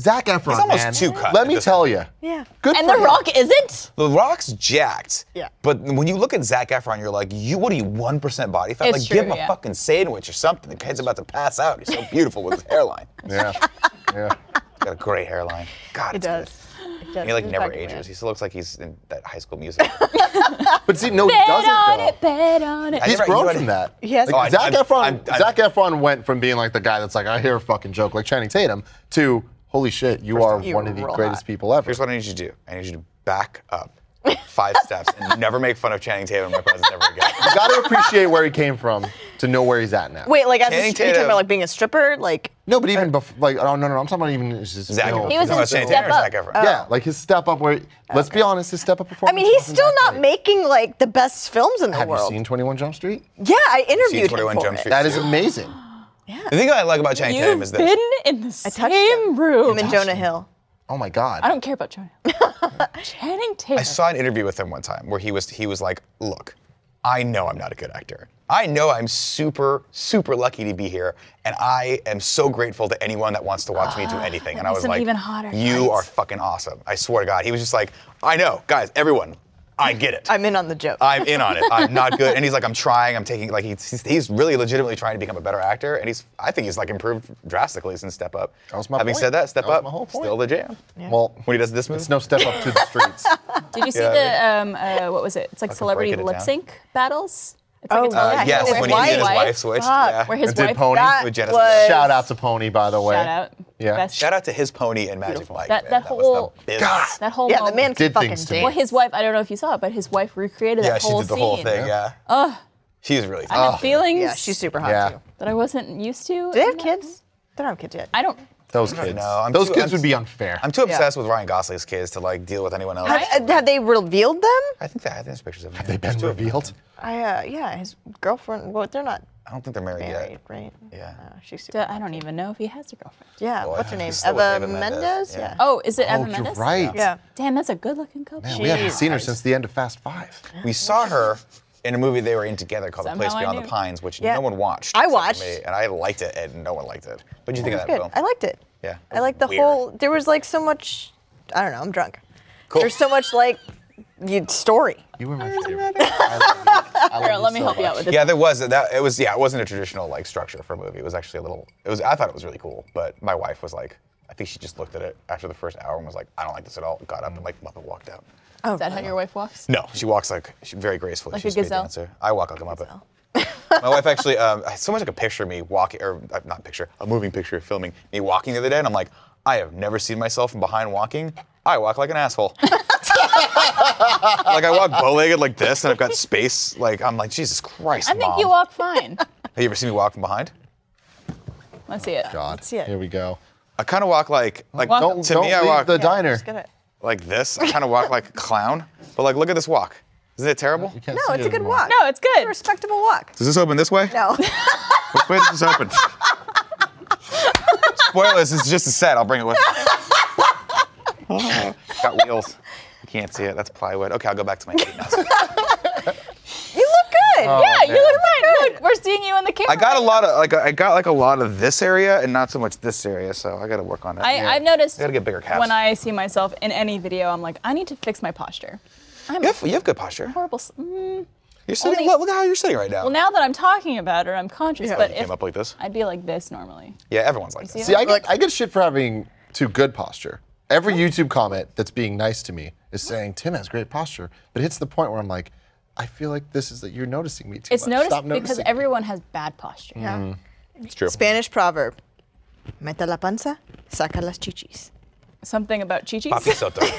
Zach Efron.
He's almost
man.
too cut
Let
at
me
this
tell you.
Yeah.
Good
And
for
the
him.
rock isn't?
The Rock's jacked.
Yeah.
But when you look at Zach Efron, you're like, you what are you, one percent body fat?
It's
like,
true,
give him a
yeah.
fucking sandwich or something. The kid's about to pass out. He's so beautiful with his hairline. He's
Yeah. Yeah.
got a great hairline. God,
It
it's
does.
good.
It does.
And he like
He's
never
attractive man.
ages. He still looks like he's in that high school music.
But see, no, he
Bet on
doesn't
it,
though.
bet on it.
I
He's
never- you
grown
already-
from that.
He has-
Oh, I-
Like, Zach
I'm- I'm-
Efron.
I'm-
Zac Efron went from being like the guy that's like, I hear a fucking joke, like Channing Tatum, to holy shit, you are
off, you
one of the
were
greatest
hot.
people ever.
Here's what I need you to do. I need you to back up five steps and never make fun of Channing Tatum in my presence ever
You
again.
got to appreciate where he came from to know where he's at now.
Wait, like, as a,
Channing
you talking
Tatum.
about like being a stripper? Like,
No, but even before, like, oh no, no, no, I'm talking about even his his
Zach
skill.
Efron.
He was
No,
in
it's Channing
Step
Tatum or
Up. Uh,
Zac Efron.
Yeah, like his step up. Where let's be honest, his step up
Oh. I
performance.
mean, he's
wasn't
still
that
not
great.
making like the best films in the
Have
world.
you seen 21 Jump Street?
yeah, I interviewed him
21
for
Jump
it.
Street?
That is amazing.
The thing I like about Channing Tatum is
You've
this.
been in the
touched
same
him.
room.
Him and Jonah Hill.
Oh my God.
I don't care about Jonah. Channing Tatum.
I saw an interview with him one time where he was he was like, "Look, I know I'm not a good actor. I know I'm super super lucky to be here, and I am so grateful to anyone that wants to watch me do anything." And I
Ah, makes
was
him
like,
even hotter.
"You
Right.
are fucking awesome. I swear to God." He was just like, "I know, guys, everyone, I get it.
I'm in on the joke.
I'm in on it. I'm not good." And he's like, "I'm trying. I'm taking like he's he's really legitimately trying to become a better actor, and he's I think he's like improved drastically since Step Up.
That was my
Having
point.
said that, Step
That was
Up
my whole point.
still the jam.
Well,
When he does this move,
it's no step up to the streets.
Did you see
Yeah.
the um, uh, what was it? It's like celebrity
breaking it
lip
down.
sync battles. It's
Oh,
like a
yeah,
Uh,
television
yes,
his
where
when he
his
he and his
wife-
wife switched.
Fuck.
Yeah.
where his
Did
wife
Pony?
that
with Jenna
was,
Shout out to Pony, by the way.
shout out.
Yeah.
Best.
Shout out to his pony and Magic Mike.
That-
man.
that
was the
whole-
business.
God.
That whole
Yeah, the
moment.
man can
Did
fucking
things to me.
Well,
dance.
his wife. I don't know if you saw it, but his wife recreated
Yeah,
that
she
whole
did the whole
scene.
thing. Yeah. She's really.
I had feelings
Yeah, she's super hot
Yeah.
too.
that I wasn't used to.
Do they have
in that
kids? They don't have kids yet.
I don't.
Those kids.
know. I'm
Those
too- I'm-
kids would be unfair.
Oh. I'm too obsessed with Ryan Gosling's kids to like deal with anyone else.
Have, uh, have they revealed them?
I think that I think there's pictures of them.
They've been
There's two of them.
revealed.
I uh, yeah, his girlfriend. Well, they're not
I don't think they're married
married,
yet.
right?
Yeah.
Uh, she's super.
I don't even know if he has a girlfriend.
yeah.
Boy,
What's her
he's
name?
still with
Eva
Eva Mendes,
Mendes.
yeah.
Yeah.
Oh, is it
oh,
Evan
you're
Mendes?
right.
Yeah.
Damn, that's a good-looking couple.
Man, we haven't
Jeez.
seen her since the end of Fast Five.
We saw her in a movie they were in together called The
Somehow
Place
I
Beyond the
knew.
Pines, which
Yeah.
no one watched.
I
except for
watched.
me, and I liked it, and no one liked it. What did you think
It
of
was
that film?
good. I liked it.
Yeah, it
I
was
liked the
weird.
whole. There was like so much. I don't know. I'm drunk.
Cool.
There's so much like you story.
You were my favorite. I love you. I love
Here,
you
let me
so
help you out
much.
with this.
Yeah, there was that. It was yeah, it wasn't a traditional like structure for a movie. It was actually a little. It was. I thought it was really cool, but my wife was like, I think she just looked at it after the first hour and was like, I don't like this at all. Got up and like Muppet walked out.
Is that how your wife walks?
Oh, No, she walks like she, very gracefully.
Like
She's
a
great
gazelle?
dancer. I walk like a Muppet. my wife actually, um, someone took a picture of me walking, or uh, not picture, a moving picture, filming me walking the other day, and I'm like, I have never seen myself from behind walking. I walk like an asshole. like I walk bow-legged like this, and I've got space. Like I'm like Jesus Christ,
I think
Mom.
you walk fine.
Have you ever seen me walk from behind?
Let's see it.
God,
see it.
here we go.
I kind of walk like like
Walk-
Don't,
to
don't
me
leave
I walk
the diner.
Just gonna-
like this. I kind of walk like a clown. But like look at this walk. Isn't it terrible?
Can't see
No, it's
it
a good
anymore.
walk.
No, it's
a
good.
respectable walk.
Does this open this way?
No.
Which way does this open? Spoilers, it's just a set. I'll bring it with me. It's Got wheels. You can't see it. That's plywood. Okay, I'll go back to my seat now.
you look good.
yeah, you
man.
look fine. Look, we're seeing you on the camera.
I got a lot of like I got like a lot of this area and not so much this area, so I got to work on it.
I, I've noticed
I gotta get bigger calves.
when I see myself in any video, I'm like, I need to fix my posture. I'm
you have, you have good posture.
horrible. s- Mm,
You're sitting. look, look how you're sitting right now.
Well, now that I'm talking about her, I'm conscious.
Yeah.
but
you came
if
up like this.
I'd be like this normally.
Yeah, everyone's like this.
See,
See, I get, I get shit for having too good posture. Every YouTube comment that's being nice to me is saying Tim has great posture, but it hits the point where I'm like, I feel like this is that you're noticing me too
It's
much.
noticed
Stop
because
noticing me."
everyone has bad posture.
Mm.
Yeah.
It's true.
Spanish proverb. Meta la panza, saca las chichis.
Something about Chi Chi's.
Pop yourself though.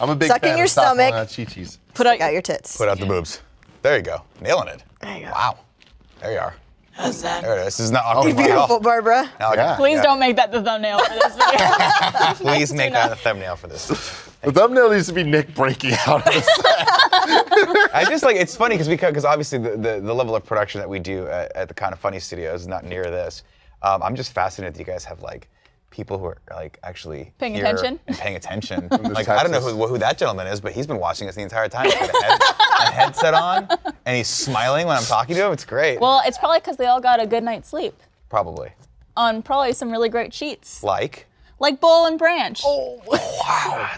I'm a big
Suck in
fan
your
of Stockholm,
stomach.
uh, Chi-Chi's.
Put out
Stick out
your.
your tits.
Put out the boobs. There you go. Nailing it.
There you go.
Wow. There you are. There it is. This is not awkward at all.
Beautiful, Barbara.
Now I can-
Yeah.
Please don't make that the thumbnail for this video.
Please make that a thumbnail for this.
The thumbnail needs to be Nick breaking out of this.
I just like it's funny because because obviously the, the, the level of production that we do at, at the kind of funny studios is not near this. Um, I'm just fascinated that you guys have like people who are like actually
Paying
here
attention?
and paying attention. like I don't know
Texas.
who, who that gentleman is, but he's been watching us the entire time. He's got a, head, a headset on, and he's smiling when I'm talking to him. It's great.
well, it's probably because they all got a good night's sleep
Probably
on probably some really great sheets,
like.
like Bowl and Branch.
Oh. Wow.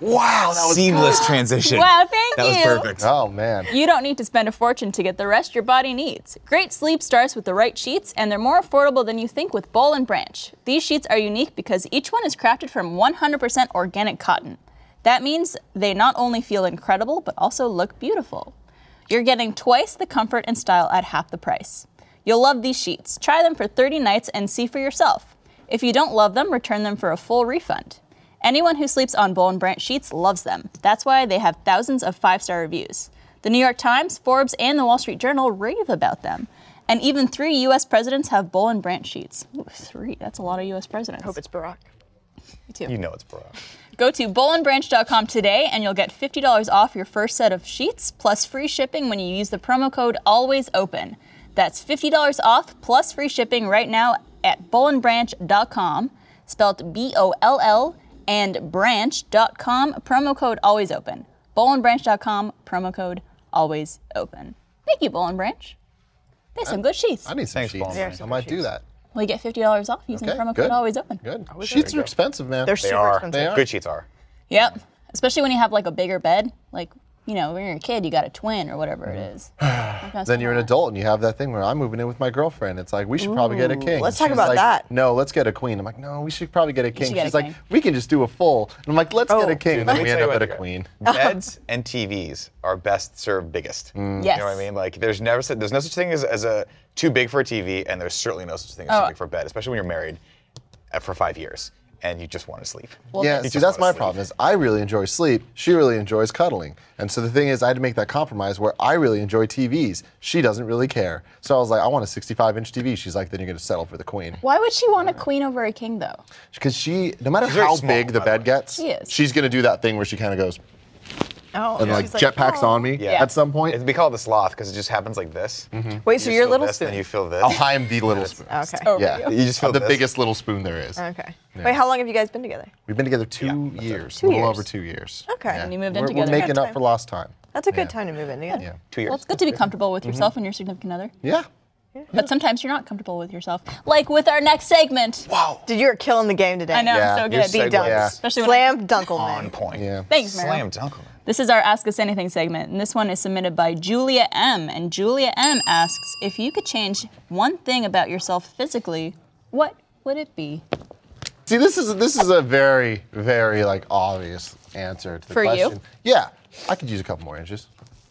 Wow, that was seamless transition.
Wow, thank
that
you.
was perfect.
Oh man.
You don't need to spend a fortune to get the rest your body needs. Great sleep starts with the right sheets, and they're more affordable than you think with Bowl and Branch. These sheets are unique because each one is crafted from 100% organic cotton. That means they not only feel incredible, but also look beautiful. You're getting twice the comfort and style at half the price. You'll love these sheets. Try them for 30 nights and see for yourself. If you don't love them, return them for a full refund. Anyone who sleeps on Bowl and Branch sheets loves them. That's why they have thousands of five star reviews. The New York Times, Forbes, and the Wall Street Journal rave about them. And even three U.S. presidents have Bowl and Branch sheets. Ooh, three. That's a lot of U.S. presidents.
Hope it's Barack.
You know it's bro.
Go to bowlandbranch.com today and you'll get $50 off your first set of sheets plus free shipping when you use the promo code ALWAYSOPEN. That's $50 off plus free shipping right now at bowlandbranch.com, spelled B O L L, and branch.com, promo code ALWAYSOPEN. Bowlandbranch.com, promo code ALWAYSOPEN. Thank you, Bowl and Branch. They some good sheets.
I need some
Thanks,
sheets.
Ballmer.
I might do that.
We get $50 off using
Okay,
promo code
good.
ALWAYSOPEN.
Good. Sheets are expensive, man.
They're
They
super
are.
expensive.
They are.
Good sheets are.
Yep. Especially when you have like a bigger bed. Like, you know, when you're a kid, you got a twin or whatever it is.
then you're an adult and you have that thing where I'm moving in with my girlfriend. It's like we should probably get a king.
let's talk
She's
about
like,
that.
No, let's get a queen. I'm like, no, we should probably get a king.
should get
She's
a
like,
king.
we can just do a full. And I'm like, let's get a
Dude,
king. And then
let
we
me
end
tell
up
you
at a
what
queen.
Beds and TVs are best served biggest.
Yes.
You know what I mean? Like, there's never su- there's no such thing as, as a too big for a TV, and there's certainly no such thing as
Oh.
too big for a bed, especially when you're married uh, for five years and you just want to sleep.
yeah,
You
see,
just
that's
wanna
my
sleep.
problem is I really enjoy sleep. She really enjoys cuddling. And so the thing is, I had to make that compromise where I really enjoy TVs. She doesn't really care. So I was like, I want a 65 inch TV. She's like, then you're going to settle for the queen.
Why would she want a queen over a king though?
Because she, no matter
very
how
small,
big the
by the
bed
way.
gets,
She is.
she's going to do that thing where she kind of goes
Oh,
and like
she's
jetpacks
oh.
on me
Yeah.
at some point.
It'd be called the sloth because it just happens like this.
Wait, so
You
you're
feel
little
this,
spoon.
Then you feel this.
Oh, I'm the little spoon.
okay.
Yeah.
You just feel
I'm the
this.
biggest little spoon there is.
Okay. Wait, how long have you guys been together?
We've been together two years, a little
years.
over two years.
Okay. And
you moved in
we're,
together.
We're
Good
making up for lost time.
That's a good
Yeah.
time to move in together.
Yeah.
Two years.
Well, it's good to be comfortable with yourself and your significant other,
Mm-hmm. Yeah.
but sometimes you're not comfortable with yourself. Like with our next segment.
wow.
Dude, you're killing the game today.
I know,
Yeah,
so
Your
good.
Be done.
segue
Yeah.
is
Especially when I-
Slam
on
Dunkelman.
point.
Yeah.
Thanks, Mary.
Slam dunk.
This is our Ask Us Anything segment, and this one is submitted by Julia M. And Julia M asks If you could change one thing about yourself physically, what would it be?
See, this is this is a very very like obvious answer to the
For you?
question. Yeah, I could use a couple more inches.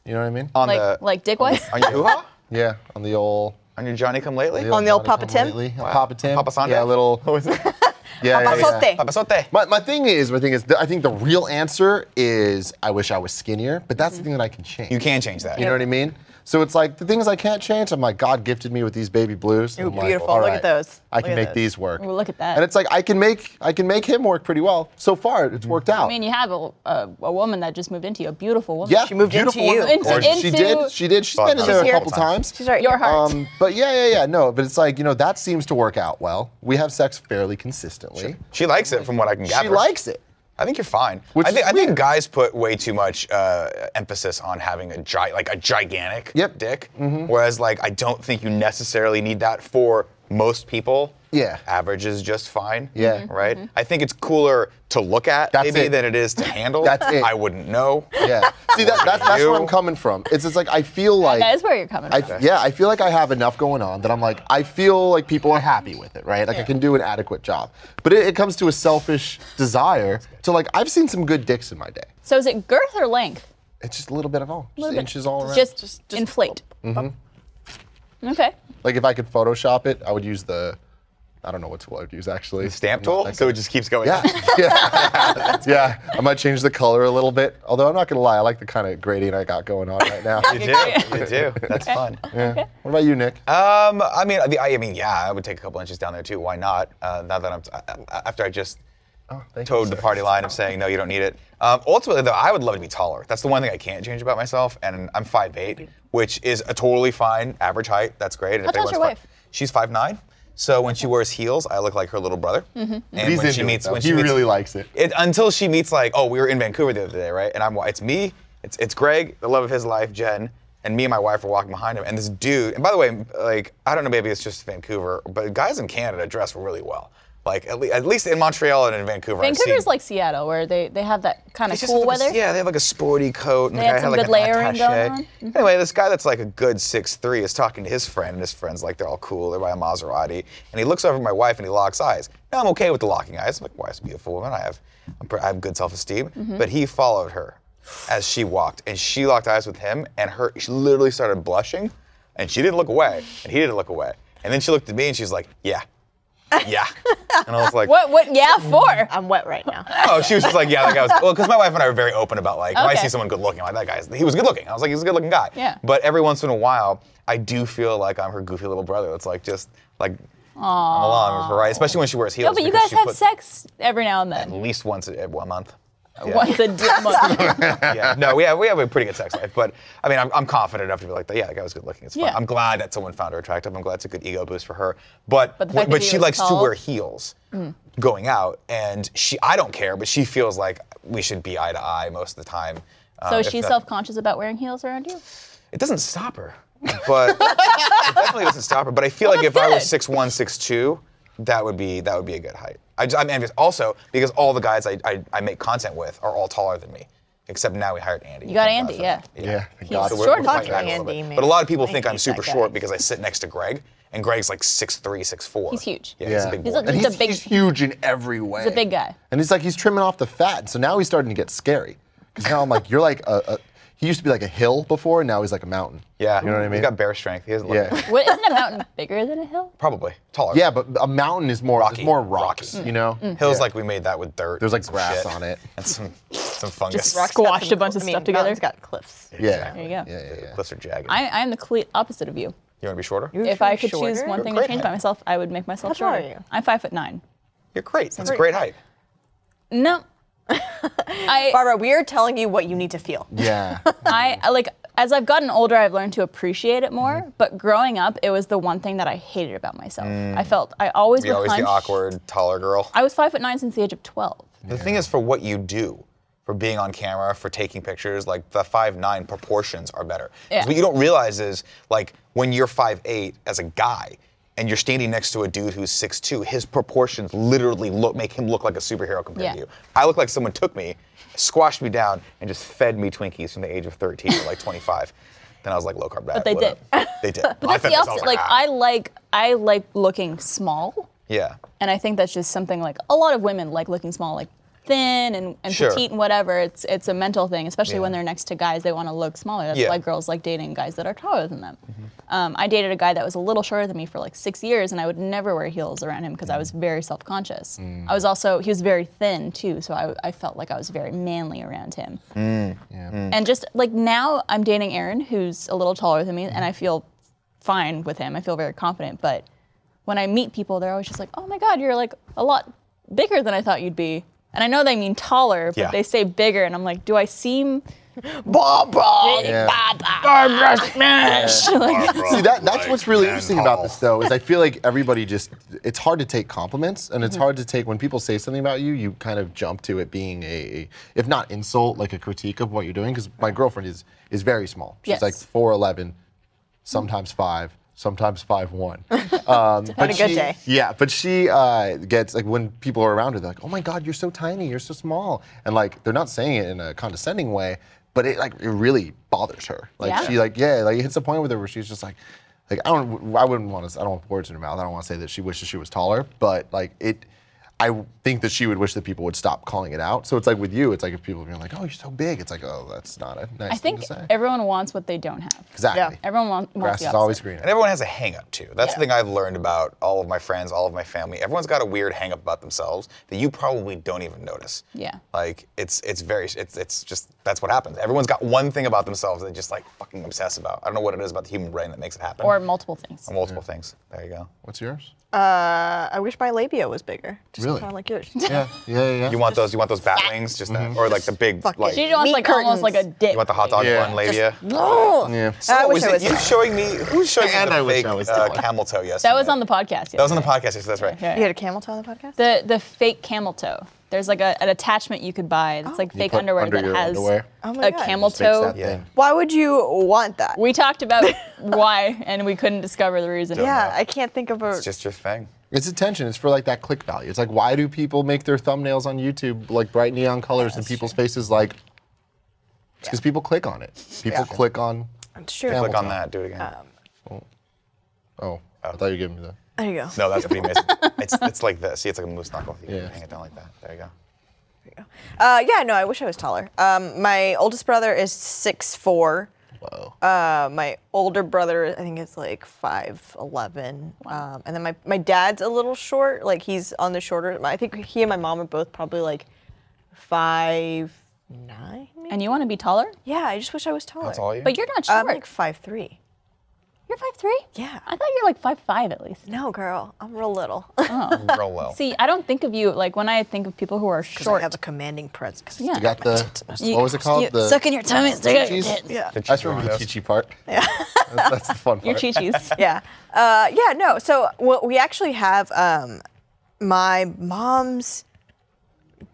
You know what I mean?
On
like,
the
like dick wise?
on your hoo-ha?
yeah, on the old.
On your Johnny come lately?
On the old
Johnny
Papa
come
Tim?
lately. Papa Tim.
Papa Sante?
Yeah, a little.
What was it?
Yeah, yeah, yeah.
Papasote.
Papasote.
My, my thing is, my thing is, th- I think the real answer is I wish I was skinnier, but
Mm-hmm.
that's the thing that I can change.
You can change that.
You know what I mean? So it's like the things I can't change. I'm like, God gifted me with these baby blues. and
Ooh,
I'm like,
beautiful.
all
Look at those.
I can
Look at
make
those.
these work.
Ooh, look at that.
And it's like I can make I can make him work pretty well. So far, it's worked out.
I mean, you have a, a, a woman that just moved into you, a beautiful woman.
yeah,
She moved into
beautiful woman.
you.
Into-
Gorgeous. she
into-
did. She did. She's
But
been in
she's
there a
here.
couple times.
She's right.
Your heart.
Um, but yeah, yeah, yeah. No, but it's like you know that seems to work out well. We have sex fairly consistently.
She likes it from what I can gather.
She likes it.
I think you're fine.
Which
I think
is
I think
weird.
guys put way too much uh, emphasis on having a gi- like a gigantic
Yep. Mm-hmm.
dick, whereas like I don't think you necessarily need that for most people
Yeah.
averages just fine.
Yeah. Mhm.
Right? I think it's cooler to look at
That's
maybe
it.
than it is to handle.
That's it.
I wouldn't know.
Yeah. See, that, that's that's where
You-
I'm coming from. It's just like I feel like
That is where you're coming
I,
from.
yeah, I feel like I have enough going on that I'm like, I feel like people are happy with it, right? Like I can do an adequate job. But it, it comes to a selfish desire to like, I've seen some good dicks in my day.
So is it girth or length?
It's just a little bit of all, just
Little bit.
inches all around.
Just, inflate. Mm-hmm. Okay.
like if I could Photoshop it, I would use the, I don't know what tool I would use actually.
Stamp
I'm not
tool,
that
so it
good.
just keeps going.
Yeah, yeah, yeah. I might change the color a little bit. Although I'm not gonna lie, I like the kind of grading I got going on right now.
You do. You do. That's fun.
What about you, Nick?
Um, I mean, the, I, I mean, yeah, I would take a couple inches down there too. Why not? Uh, now that I'm I, I- after I just
Oh, thank you,
towed the
sir.
party line of saying no, you don't need it. Um, ultimately, though, I would love to be taller. That's the one thing I can't change about myself, and I'm 5'8", which is a totally fine average height. That's great. And
How
if
tall's
anyone's
your
fi-
wife?
She's 5'9". So when she wears heels, I look like her little brother.
Mm-hmm.
And
He's
when
into
she
it,
meets,
though.
when
he
she meets-
really likes it.
it, until she meets like, oh, we were in Vancouver the other day, right? And I'm, wa- it's me, it's it's Greg, the love of his life, Jen, and me and my wife are walking behind him, and this dude. And by the way, like I don't know, maybe it's just Vancouver, but guys in Canada dress really well. Like at, le- at least in Montreal and in Vancouver. I've
Vancouver's
seen-
like Seattle, where they, they have that kind of
it's just
cool
like a-
weather.
yeah, they have like a sporty coat and
They
the guy
had some
had like
good
an
layering going
attaché.
on.
Anyway, this guy that's like a good 6'3 is talking to his friend, and his friend's like, they're all cool, they're by a Maserati. And he looks over at my wife and he locks eyes. Now I'm okay with the locking eyes. I'm like, why is a beautiful woman? I have, I'm pre- I have good self esteem.
Mm-hmm.
But he followed her as she walked, and she locked eyes with him, and her, she literally started blushing, and she didn't look away, and he didn't look away. And then she looked at me and she's like, yeah. Yeah. And I was like,
What? What? Yeah, for.
I'm wet right now.
Oh, she was just like, yeah, that guy was. Well, because my wife and I are very open about like, when I
Okay.
see someone good looking, I'm like that guy's, he was good looking. I was like, he's a good looking guy.
Yeah.
But every once in a while, I do feel like I'm her goofy little brother. It's like just like I'm along with her, right? Especially when she wears heels.
No, but you
because
guys
she
have
puts-
sex every now and
at
then.
least once a, a month. Yeah.
Once a d- month.
yeah. No, we have we have a pretty good sex life, but I mean, I'm, I'm confident enough to be like, yeah, that guy was good looking. It's fine.
Yeah.
I'm glad that someone found her attractive. I'm glad it's a good ego boost for her. But
But the
but,
fact that he
she
was
likes
tall- Mm.
to wear heels going out, and she I don't care, but she feels like we should be eye to eye most of the time. Um,
So
if
she's
not-
self-conscious about wearing heels around you.
It doesn't stop her, but it definitely doesn't stop her. But I feel like if
that's
I was
good.
six one, six two, that would be that would be a good height. I just, I'm envious also because all the guys I, I, I make content with are all taller than me, except now we hired Andy.
You got
Thank
Andy,
God for
yeah.
that.
Yeah, thank
He's
God.
So we're-
short
we're
as
fighting
fuck.
back a little
Andy,
bit.
man.
But a lot of people
I
think
hate
I'm super
that guy.
short because I sit next to Greg, and Greg's like 6'3", 6'4".
He's huge.
Yeah, he's a big
He's
boy.
a-
and
he's
he's,
a big-
he's huge in every way.
He's a big guy.
And he's like, he's trimming off the fat. So now he's starting to get scary. Because now I'm like, you're like a, a, he used to be like a hill before, and now he's like a mountain.
yeah,
You know what I mean?
He's got bear strength. He doesn't look
yeah.
What isn't a mountain bigger than a hill?
probably taller.
yeah, but a mountain is more, rocky.
Rocky.
more rocky, you know?
hills like we made that with dirt.
There's like
and some
grass
shit
on it.
and some some fungus.
Just rock- Squashed a bunch of stuff together.
It's got cliffs.
Yeah.
There you go.
Yeah, yeah, yeah.
Cliffs are jagged.
I, I am the complete opposite of you.
you want to be shorter?
If I could
shorter?
choose one
You're
thing to
great
change
height.
about myself, I would make myself
How tall are
shorter.
you?
I'm five foot nine.
You're great. That's a great height.
No. I,
Barbara, we are telling you what you need to feel.
Yeah.
I I, like as I've gotten older, I've learned to appreciate it more.
Mm-hmm.
But growing up, it was the one thing that I hated about myself. I felt I always
You're
would
Mm. always the
hunch.
awkward taller girl.
I was five foot nine since the age of twelve.
The thing is, for what you do, for being on camera, for taking pictures, like the five nine proportions are better. 'Cause
Yeah.
What you don't realize is, like, when you're five eight as a guy, and you're standing next to a dude who's six two, his proportions literally look make him look like a superhero compared
Yeah.
to you. I look like someone took me, squashed me down, and just fed me Twinkies from the age of thirteen to like twenty five. Then I was like low carb diet.
they
what
did.
up? They did. I
That's
fed
the
myself, I was "Ah."
opposite. Like I like I like looking small,
Yeah.
and I think that's just something like a lot of women like looking small, like thin and, and
Sure.
petite and whatever. It's it's a mental thing, especially when
Yeah.
they're next to guys. They want to look smaller. That's
Yeah.
why girls like dating guys that are taller than them. Um, I dated a guy that was a little shorter than me for like six years, and I would never wear heels around him because
Mm.
I was very self conscious. I was also he was very thin too, so I, I felt like I was very manly around him.
Mm.
And just like now, I'm dating Aaron, who's a little taller than me, and I feel fine with him. I feel very confident. But when I meet people, they're always just like, "Oh my God, you're like a lot bigger than I thought you'd be." And I know they mean taller, but
Yeah.
they say bigger, and I'm like, "Do I seem
Barbara!
Yeah.
Barbara smash!
See, that, that's what's really interesting about this, though, is I feel like everybody just, it's hard to take compliments, and
Mm-hmm.
it's hard to take, when people say something about you, you kind of jump to it being a, if not insult, like a critique of what you're doing, because my girlfriend is is very small.
Yes.
She's like 4'11", sometimes 5, sometimes five one. Um, but
a good
she-
day.
Yeah, but she uh, gets like when people are around her, they're like, "Oh my God, you're so tiny, you're so small," and like they're not saying it in a condescending way, but it like it really bothers her. Like
Yeah.
she like yeah, like it hits a point with her where she's just like, like I don't, I wouldn't want to, I don't want words in her mouth. I don't want to say that she wishes she was taller, but like it. I think that she would wish that people would stop calling it out. So it's like with you, it's like if people are being like, "Oh, you're so big," it's like, "Oh, that's not a nice
I think
thing to say."
everyone wants what they don't have.
exactly.
Everyone wants, wants
Grass
the
is
opposite.
always greener.
And everyone has a hang up too. That's the thing I've learned about all of my friends, all of my family. Everyone's got a weird hang up about themselves that you probably don't even notice.
Yeah.
Like it's it's very it's it's just that's what happens. Everyone's got one thing about themselves they just like fucking obsess about. I don't know what it is about the human brain that makes it happen.
Or multiple things.
Or multiple things. There you go.
What's yours?
Uh, I wish my labia was bigger. Just
Really?
kind of like yours.
Yeah, yeah, yeah.
You want those? You want those bat wings? Just that, or like the big
fuck it.
like.
She
You
just wants
Meat
like almost like a
curtains.
dick.
want the hot dog
Yeah.
bun labia?
No.
yeah.
I
was
wish I
it
was.
you showing me? Who's showing me
And
the
I wish
fake
I was
uh,
taller.
camel toe yesterday?
That was on the podcast.
That was on the podcast. yesterday, That's right.
You had a camel toe on the podcast?
The the fake camel toe. There's like a, an attachment you could buy. It's like fake
put
underwear
under
that
your
has
underwear.
Oh my
a
God.
camel
Just fix
toe.
that
Yeah.
thing.
Why would you want that?
We talked about why, and we couldn't discover the reason.
yeah, I can't think of a.
It's just your thing.
It's attention. It's for like that click value. It's like why do people make their thumbnails on YouTube like bright neon colors and people's faces like? It's because people click on it. People click on.
It's true.
Camel-
Click on that. Do it again.
Oh, I thought you gave me that.
There you go.
No, that's what he missed. It's, it's like this. See, it's like a moose knuckle. You
Yeah.
hang it down like that. There you go.
Uh, yeah, no, I wish I was taller. Um, my oldest brother is six four.
Whoa.
Uh, my older brother, I think, is like five eleven. Um, and then my, my dad's a little short. Like he's on the shorter. I think he and my mom are both probably like five nine. Maybe?
And you want to be taller,
Yeah, I just wish I was taller.
That's all you.
but you're not short.
I'm like five three.
you're five three.
Yeah.
I thought you were like five five at least.
No, girl, I'm real little.
real low.
See, I don't think of you like when I think of people who are
I
short.
have a commanding presence.
yeah.
You got the. What was it
you
called? The.
suck in your tummy and stick out your
cheese?
tits.
Yeah.
I just remember the chi part. Yeah. that's, that's the fun part.
Your chi chis.
yeah. Uh, yeah, no. So what we actually have um, my mom's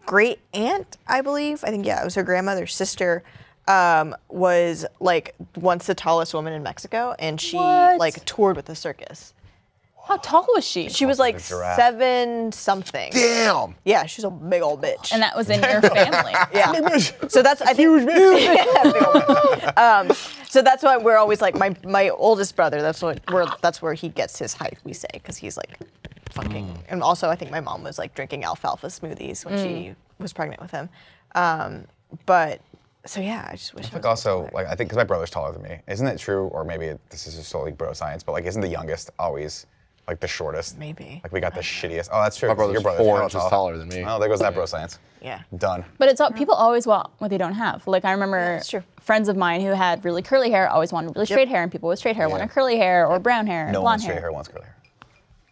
great aunt, I believe. I think, yeah, it was her grandmother's sister. Um, was like once the tallest woman in Mexico, and she
What?
like toured with the circus.
How tall was she?
She was like
giraffe.
seven something.
Damn.
Yeah, she's a big old bitch.
And that was in your family.
Yeah. so that's I think, Yeah, big old man. um, so that's why we're always like my my oldest brother. That's what we're that's where he gets his height. We say because he's like fucking. And also, I think my mom was like drinking alfalfa smoothies when she was pregnant with him. Um, but so yeah, I just wish. I
Like
was-
also, like I think, because my brother's taller than me. Isn't it true? Or maybe it, this is just solely bro science. But like, isn't the youngest always like the shortest?
Maybe.
Like we got the shittiest. Oh, that's true.
My
'cause
brother's four
hella
inches
tall.
taller than me.
Oh, there goes that bro science.
Yeah.
Done.
But it's all, people always want what they don't have. Like I remember
that's true.
friends of mine who had really curly hair always wanted really straight hair, and people with straight hair wanted curly hair or brown hair,
No
blonde
one's straight
hair.
hair, one's curly hair.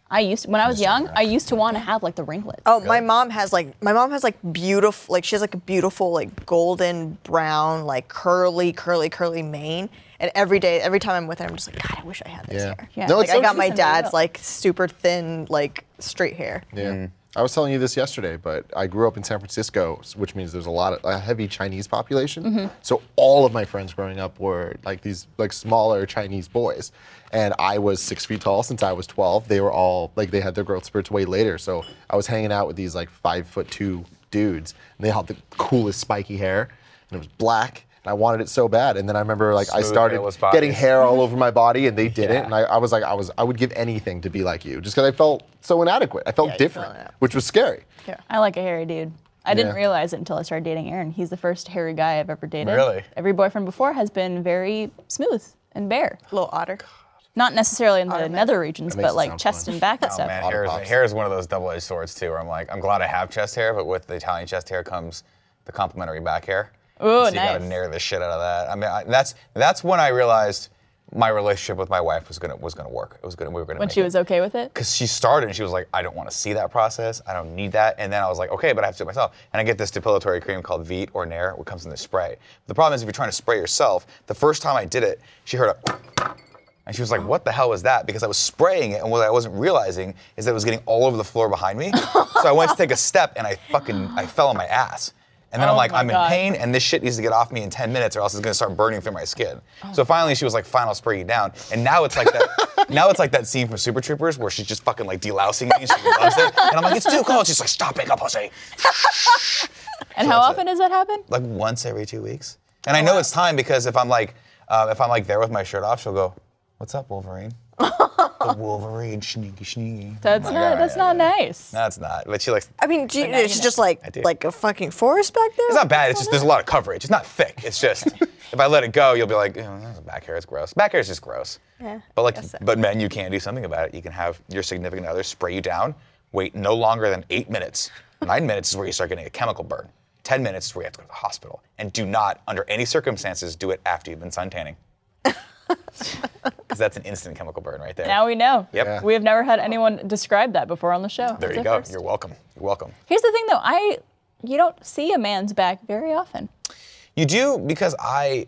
I used when I was young, I used to want to have like the ringlets.
Oh, my mom has like my mom has like beautiful like she has like a beautiful like golden brown like curly curly curly mane and every day every time I'm with her I'm just like God I wish I had this
Yeah.
hair.
Yeah.
No,
Like
it's
I
so
got my
She's in the
dad's
middle.
like super thin like straight hair.
Yeah. Mm. I was telling you this yesterday, but I grew up in San Francisco, s- which means there's a lot of a heavy Chinese population. So all of my friends growing up were like these like smaller Chinese boys, and I was six feet tall since I was 12. They were all like they had their growth spurts way later. So I was hanging out with these like five foot two dudes, and they had the coolest spiky hair, and it was black. and I wanted it so bad, and then I remember like I
Smooth,
started
hairless
getting
bodies.
hair hair all over my body and they did it and I, I was like I was I would give anything to be like you just because I felt so inadequate I felt
you felt
different
inadequate.
which was scary
I like a hairy dude. I didn't
Yeah.
realize it until I started dating Aaron. He's the first hairy guy I've ever dated.
Really?
Every boyfriend before has been very smooth and bare.
Little otter.
Not necessarily in the nether regions,
makes
but
it
like
sound
chest
fun.
and back and
Oh
stuff.
man,
Lollipop
hair is,
pops.
hair is one of those double-edged swords too. Where I'm like, I'm glad I have chest hair, but with the Italian chest hair comes the complimentary back hair.
Ooh,
so you gotta
nice.
nair the shit out of that. I mean, I, that's that's when I realized my relationship with my wife was gonna was gonna work. It was gonna we were gonna.
When
make
she
it.
was okay with it.
because she started and she was like, I don't want to see that process. I don't need that. And then I was like, okay, but I have to do it myself. And I get this depilatory cream called Veet or Nair, which comes in this spray. The problem is if you're trying to spray yourself, the first time I did it, she heard a and she was like, what the hell was that? Because I was spraying it and what I wasn't realizing is that it was getting all over the floor behind me. so I went to take a step and I fucking, I fell on my ass. And then
Oh
I'm like,
my
I'm
God.
in pain and this shit needs to get off me
Oh
in 10 minutes or else it's gonna start burning through my skin. So finally she was like, fine, I'll spray you down. And now it's like that. Now it's like that scene from Super Troopers where she's just fucking like delousing me and she loves it. And I'm like, it's too cold. She's like, stop being a pussy.
And how often does that happen?
Like once every two weeks. And
Oh,
I know it's time because if I'm like, uh, if I'm like there with my shirt off, she'll go, "What's up, Wolverine?" the Wolverine, sneaky, sneaky.
That's not. that's not nice.
That's not. But she likes.
I mean, do you,
now you
it's
know.
just like
do.
like a fucking forest back there.
It's not bad. It's just there's a lot of coverage. It's not thick. It's just if I let it go, you'll be like, "Oh, that's back hair is gross. Back hair is just gross. Yeah, but like, but men, you can do something about it. You can have your significant other spray you down. Wait no longer than eight minutes. Nine minutes is where you start getting a chemical burn. Ten minutes is where you have to go to the hospital. And do not, under any circumstances, do it after you've been suntanning. Because that's an instant chemical burn right there.
Now we know.
Yep. Yeah.
We have never had anyone describe that before on the show.
there
It's
you
a
go.
first.
You're welcome. You're welcome.
Here's the thing, though. I you don't see a man's back very often.
You do because I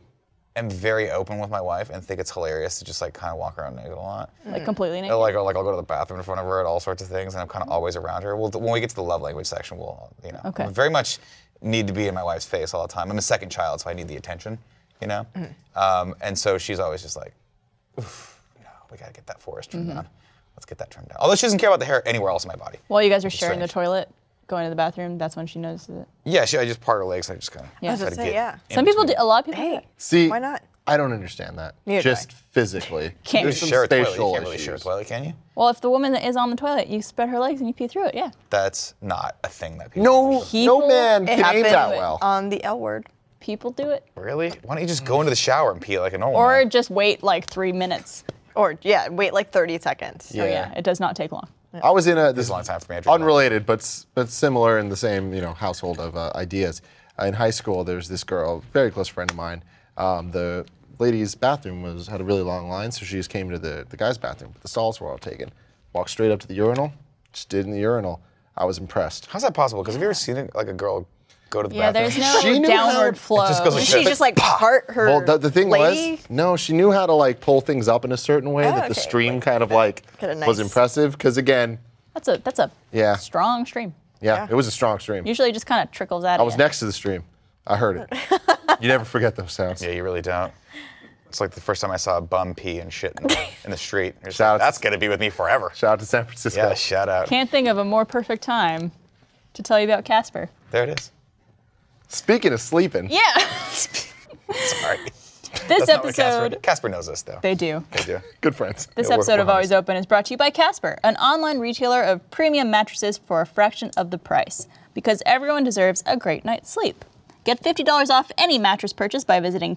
am very open with my wife and think it's hilarious to just like kind of walk around naked a lot.
Like completely naked.
Or like, or like I'll go to the bathroom in front of her and all sorts of things, and I'm kind of always around her. Well, th- when we get to the love language section, we'll, you know,
Okay.
I very much need to be in my wife's face all the time. I'm a second child, so I need the attention, you know. Um, and so she's always just like, Oof, no, we gotta get that forest trimmed down. Let's get that trimmed down. Although she doesn't care about the hair anywhere else in my body.
While you guys are sharing the
strange.
toilet, going to the bathroom, that's when she notices it.
Yeah, she, I just part her legs. and I just kind of.
I was
gonna say, yeah.
Some people do. A lot of people. do
Hey,
that.
See,
why not?
I don't understand that.
Neither do
Just physically.
Can't
You
you?
There's some
share a toilet. You
spatial
can't really share a
issues.
toilet, can you?
Well, if the woman that is on the toilet, you spread her legs and you pee through it. Yeah.
That's not a thing that people.
No,
People-
no man
it
can aim
happened
that
with-
well.
On the L word.
People do it.
Really? Why don't you just go into the shower and pee like a normal?
Or
man?
just wait like three minutes.
Or yeah, wait like 30 seconds.
So yeah, it does not take long.
I was in a this
a long time for me, Andrew.
Unrelated, but s- but similar in the same you know household of uh, ideas. Uh, in high school, there was this girl, very close friend of mine. Um, the ladies' bathroom was had a really long line, so she just came to the the guys' bathroom, but the stalls were all taken. Walked straight up to the urinal, just did in the urinal. I was impressed.
How's that possible? Because have you ever seen it, like a girl go to the
Yeah,
bathroom?
there's no
She knew
downward
how-
flow.
It just goes
Did
like
she
this.
just like part her
Well, the, the thing
lady?
was, no, she knew how to like pull things up in a certain way
Oh,
that the
okay.
stream
Like,
kind of like
get a
was
nice-
impressive. Because again,
That's a that's a
Yeah.
strong stream.
yeah,
Yeah.
it was a strong stream.
Usually, it just kind of trickles out.
I was next to the stream. I heard it. you never forget those sounds.
Yeah, you really don't. It's like the first time I saw a bum pee and shit in the, in the street. You're just
Shout
like,
out to-
That's gonna be with me forever.
Shout out to San Francisco.
Yeah, shout out.
Can't think of a more perfect time to tell you about Casper.
there it is.
Speaking of sleeping,
Yeah.
Sorry.
This
That's not what Casper,
episode.
did. Casper knows us though.
They do.
They do.
good friends.
This
Yeah, we're-
episode of
we're
Always Open is brought to you by Casper, an online retailer of premium mattresses for a fraction of the price, because everyone deserves a great night's sleep. Get $50 off any mattress purchase by visiting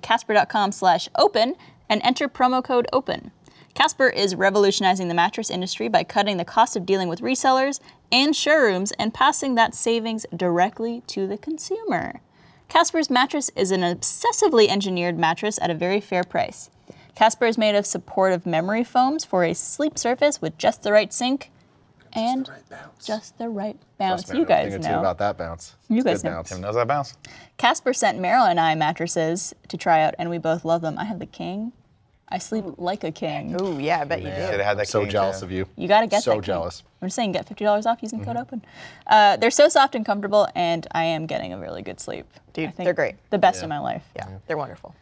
casper.com/open and enter promo code OPEN. Casper is revolutionizing the mattress industry by cutting the cost of dealing with resellers and showrooms and passing that savings directly to the consumer. Casper's mattress is an obsessively engineered mattress at a very fair price. Casper is made of supportive memory foams for a sleep surface with just the right sink and just the right bounce.
Man,
You
I know a
guys
thing or two
know.
about that bounce.
You
It's a
guys
good
know.
bounce.
Tim knows that bounce.
Casper sent Meryl and I mattresses to try out, and we both love them. I have the king. I sleep like a king.
Ooh, yeah, I bet you
Should
do.
have had that
So
cane,
jealous
too.
of you.
You gotta get
So
that king.
jealous. Mm-hmm.
I'm just saying, get fifty dollars off using code OPEN. Uh, they're so soft and comfortable, and I am getting a really good sleep.
Dude,
I think
they're great.
The best in my life.
Yeah, they're wonderful.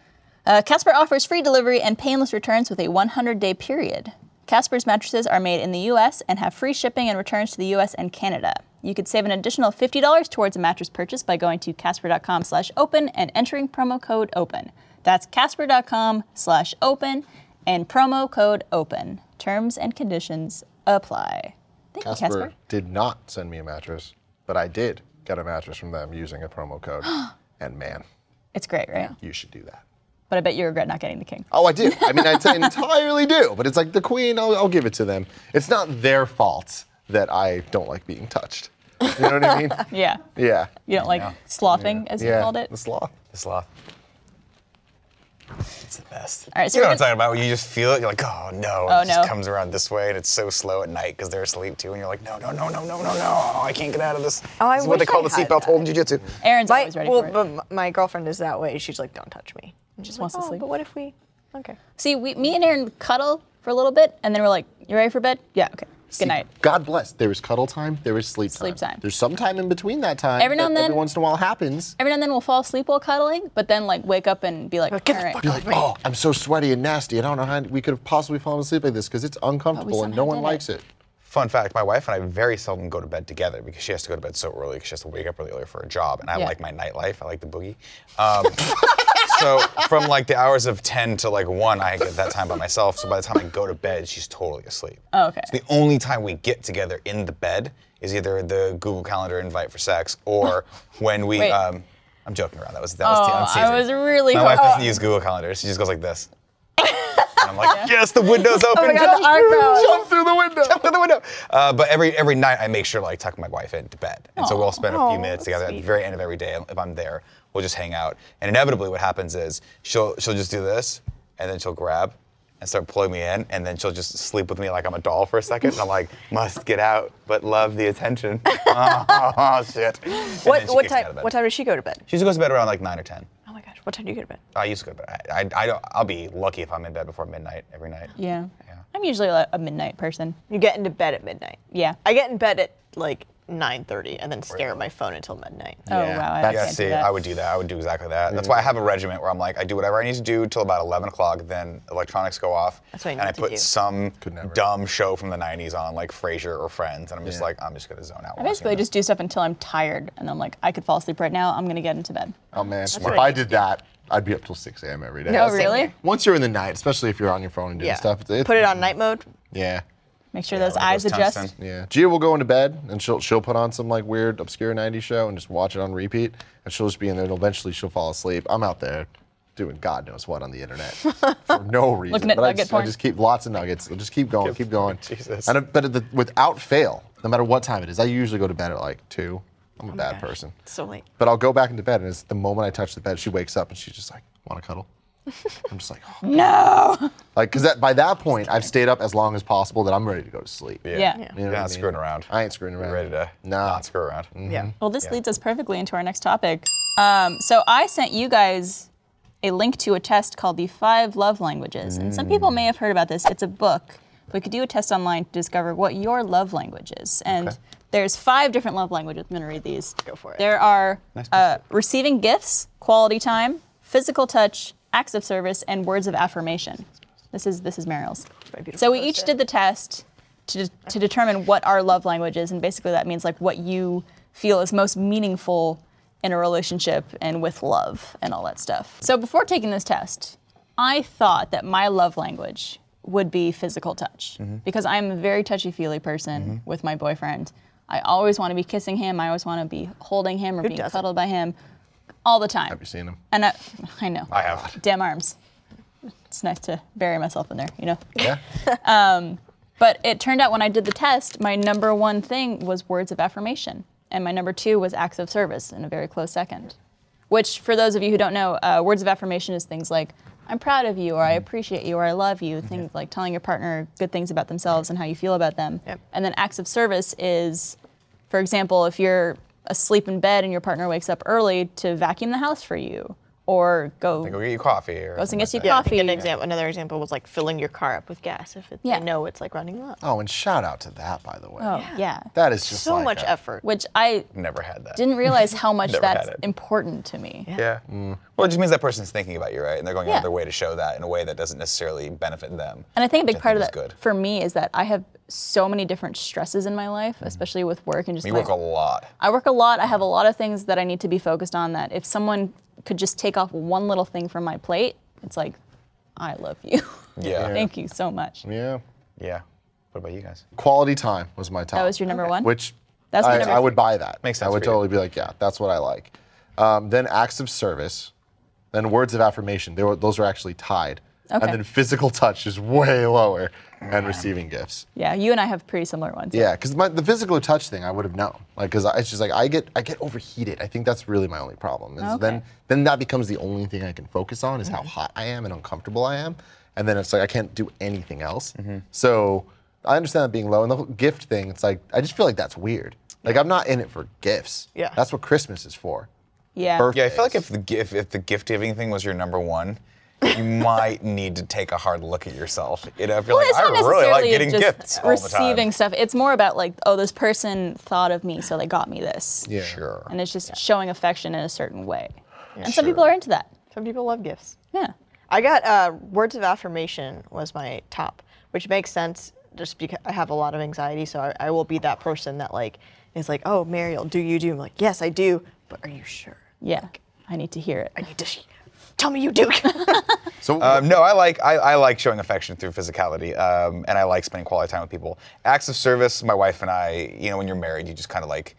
Uh, Casper offers free delivery and painless returns with a 100 day period. Casper's mattresses are made in the US and have free shipping and returns to the US and Canada. You could save an additional $50 towards a mattress purchase by going to casper.com slash open and entering promo code open. That's casper.com slash open and promo code open. Terms and conditions apply. Thank
Casper,
you, Casper.
did not send me a mattress, but I did get a mattress from them using a promo code. and man,
It's great, right?
you should do that.
But I bet you regret not getting the king.
Oh, I do. I mean, I t- entirely do. But it's like the queen. I'll, I'll give it to them. It's not their fault that I don't like being touched. You know what I mean?
Yeah.
Yeah.
You don't like sloughing, as you
yeah.
called it?
The sloth.
The sloth. It's the best.
All right, so
you know
we're
what I'm talking about? When you just feel it, you're like, oh no. and
Oh,
it just
no.
comes around this way, and it's so slow at night because they're asleep too, and you're like, no, no, no, no, no, no, no, I can't get out of this.
Oh, I
this is what they
wish
call
I
the
had
seatbelt
that.
hold in jujitsu.
Aaron's
My,
always ready
well,
for it.
but m- my girlfriend is that way. She's like, don't touch me. And she's
wants
like,
to
oh,
sleep.
but what if we? Okay.
See, we, me and Aaron cuddle for a little bit, and then we're like, "You ready for bed?" Yeah, okay. Good night.
God bless. There was cuddle time. There was sleep time.
Sleep time.
There's some time in between that time.
Every now
that
and then-
Every once in a while happens.
Every now and then we'll fall asleep while cuddling, but then like wake up and be like,
get the
all right.
fuck
Be like, oh, I'm so sweaty and nasty. I don't know how we could have possibly fallen asleep like this because it's uncomfortable and
Oh, somehow
no one
did it.
likes it.
Fun fact: My wife and I very seldom go to bed together because she has to go to bed so early because she has to wake up really early for a job, and I
Yeah.
like my nightlife. I like the boogie. Um, so from like the hours of ten to like one, I get that time by myself. So by the time I go to bed, she's totally asleep.
Oh, okay.
So the only time we get together in the bed is either the Google Calendar invite for sex or when we.
Wait.
Um, I'm joking around. That was that was
Oh,
the
I
unseasoned.
was really
My wife
hoping-
doesn't use Google Calendar. She just goes like this. and I'm like, yes, the window's open.
Oh my god,
Jump
the eyebrows.
Jump through the window.
out the window. Uh, but every every night I make sure to like tuck my wife into bed, and so we'll spend a
Aw,
few minutes
that's
together at
sweet.
the very end of every day. If I'm there, we'll just hang out. And inevitably, what happens is she'll she'll just do this, and then she'll grab and start pulling me in, and then she'll just sleep with me like I'm a doll for a second. And I'm like, must get out, but love the attention. oh shit. And
What
then she kicks
what
me
time
out of bed.
what time does she go to bed?
She usually goes to bed around like nine or ten.
Oh my gosh, what time do you go to bed?
I used to go to bed. I, I, I don't, I'll be lucky if I'm in bed before midnight every night.
Yeah. I'm usually like a midnight person.
You get into bed at midnight.
Yeah.
I get in bed at like 9:30 and then stare at my phone until midnight.
Oh
Yeah.
wow, I
That's-
Yeah,
can't do
see,
that. Mm.
I would do that. I would do exactly that. That's why I have a regiment where I'm like, I do whatever I need to do till about 11 o'clock, then electronics go off.
That's what I
and I
need to
put
do.
some
never.
dumb show from the 90s on, like Frasier or Friends, and I'm just like, I'm just going to zone out.
I basically just do stuff until I'm tired, and I'm like, I could fall asleep right now. I'm gonna get into bed.
Oh man,
what
if
I
I did that, I'd be up till 6 a.m. every day.
No,
Oh
same
really?
here.
Once you're in the night, especially if you're on your phone and doing
Yeah.
stuff, it's, it's-
Put it on night mode.
Yeah,
Make sure those
one of
eyes
those
adjust.
tungsten.
yeah. Gia will go into bed and she'll she'll put on some like weird obscure '90s show and just watch it on repeat, and she'll just be in there. And eventually, she'll fall asleep. I'm out there doing God knows what on the internet for no reason.
Looking at
but I
nugget
just,
porn.
I just keep lots of nuggets. I just keep going, keep going.
Jesus.
And I- but at the, without fail, no matter what time it is, I usually go to bed at like two.
Oh
I'm a bad
gosh.
person.
It's so late.
But I'll go back into bed, and it's the moment I touch the bed, she wakes up and she's just like, "Want to cuddle?" I'm just like, oh.
No.
like, because that by that point, I've stayed up as long as possible that I'm ready to go to sleep.
Yeah.
You know
You're
what I
not
mean?
screwing around.
I ain't screwing around.
You're ready to
Nah. Mm-hmm.
not screw around.
Yeah.
Well, this leads us perfectly into our next topic. Um, so I sent you guys a link to a test called the Five Love Languages, and some people
Mm.
may have heard about this. It's a book. We could do a test online to discover what your love language is, and there's five different love languages. I'm gonna read these.
Go for it.
There are uh, receiving gifts, quality time, physical touch, acts of service, and words of affirmation. This is this is Meryl's.
my beautiful
So we each
poster.
did the test to, to determine what our love language is, and basically that means like what you feel is most meaningful in a relationship and with love and all that stuff. So before taking this test, I thought that my love language would be physical touch because I'm a very touchy feely person with my boyfriend. I always want to be kissing him. I always want to be holding him or being
doesn't?
cuddled by him all the time.
Have you seen him?
And I, I know.
I have.
Damn arms. It's nice to bury myself in there, you know?
Yeah.
But it turned out when I did the test, my number one thing was words of affirmation, and my number two was acts of service in a very close second. Which, for those of you who don't know, uh, words of affirmation is things like "I'm proud of you" or "I appreciate you" or "I love you." Things like telling your partner good things about themselves and how you feel about them.
Yep.
And then acts of service is, for example, if you're asleep in bed and your partner wakes up early to vacuum the house for you, or go
Go get you coffee. Or
goes and gets you
something like
I
coffee.
think an example, another example was like filling your car up with gas if it,
Yeah.
they know it's like running low.
Oh, and shout out to that, by the way.
Oh, yeah.
That is just
So
like
much
a-
effort.
Which I
that. Never had that.
didn't realize how much
Never had
that's
it.
important to me.
Yeah.
Mm.
Well, it just means that person's thinking about you, right? And they're going out
Yeah.
of their way to show that in a way that doesn't necessarily benefit them.
And I think a big
I
part of that
think is good.
for me is that I have so many different stresses in my life, especially with work and just.
Mm-hmm. You
my-
work a lot.
I work a lot. I have a lot of things that I need to be focused on. That if someone could just take off one little thing from my plate, it's like, I love you.
Yeah. Yeah.
Thank you so much.
Yeah.
What about you guys?
Quality time was my top.
That was your number one.
Which
That's my
I,
number
I
three.
would buy that.
Makes
I
sense
would
for you.
totally be like, yeah, that's what I like. Um, then acts of service, then words of affirmation. They were, those are actually tied.
Okay.
And then physical touch is way lower, and receiving gifts.
yeah, you and I have pretty similar ones.
Yeah, because the physical touch thing I would have known, like, because it's just like I get I get overheated. I think that's really my only problem. Is Then
Okay.
then that becomes the only thing I can focus on is
Mm-hmm.
how hot I am and uncomfortable I am, and then it's like I can't do anything else.
Mm-hmm.
So I understand that being low and the whole gift thing. It's like I just feel like that's weird. Like I'm not in it for gifts.
Yeah.
that's what Christmas is for.
Yeah.
Birth-
Yeah, I feel like if the gift if the gift giving thing was your number one, you might need to take a hard look at yourself. You know, if you're
Well,
like,
it's
I
not
really like
necessarily
getting
just
gifts all the time."
receiving stuff. It's more about like, oh, this person thought of me, so they got me this.
Yeah.
Sure.
And it's just showing affection in a certain way. and some people are into that.
Some people love gifts.
Yeah.
I got uh, words of affirmation was my top, which makes sense just because I have a lot of anxiety, so I, I will be that person that like is like, oh, Mariel, do you do? I'm like, yes, I do, but are you sure?
Yeah. I need to hear it.
I need to sh- tell me you do.
So
Um, no, I like I, I like showing affection through physicality, um, and I like spending quality time with people. Acts of service, my wife and I. You know, when you're married, you just kind of like,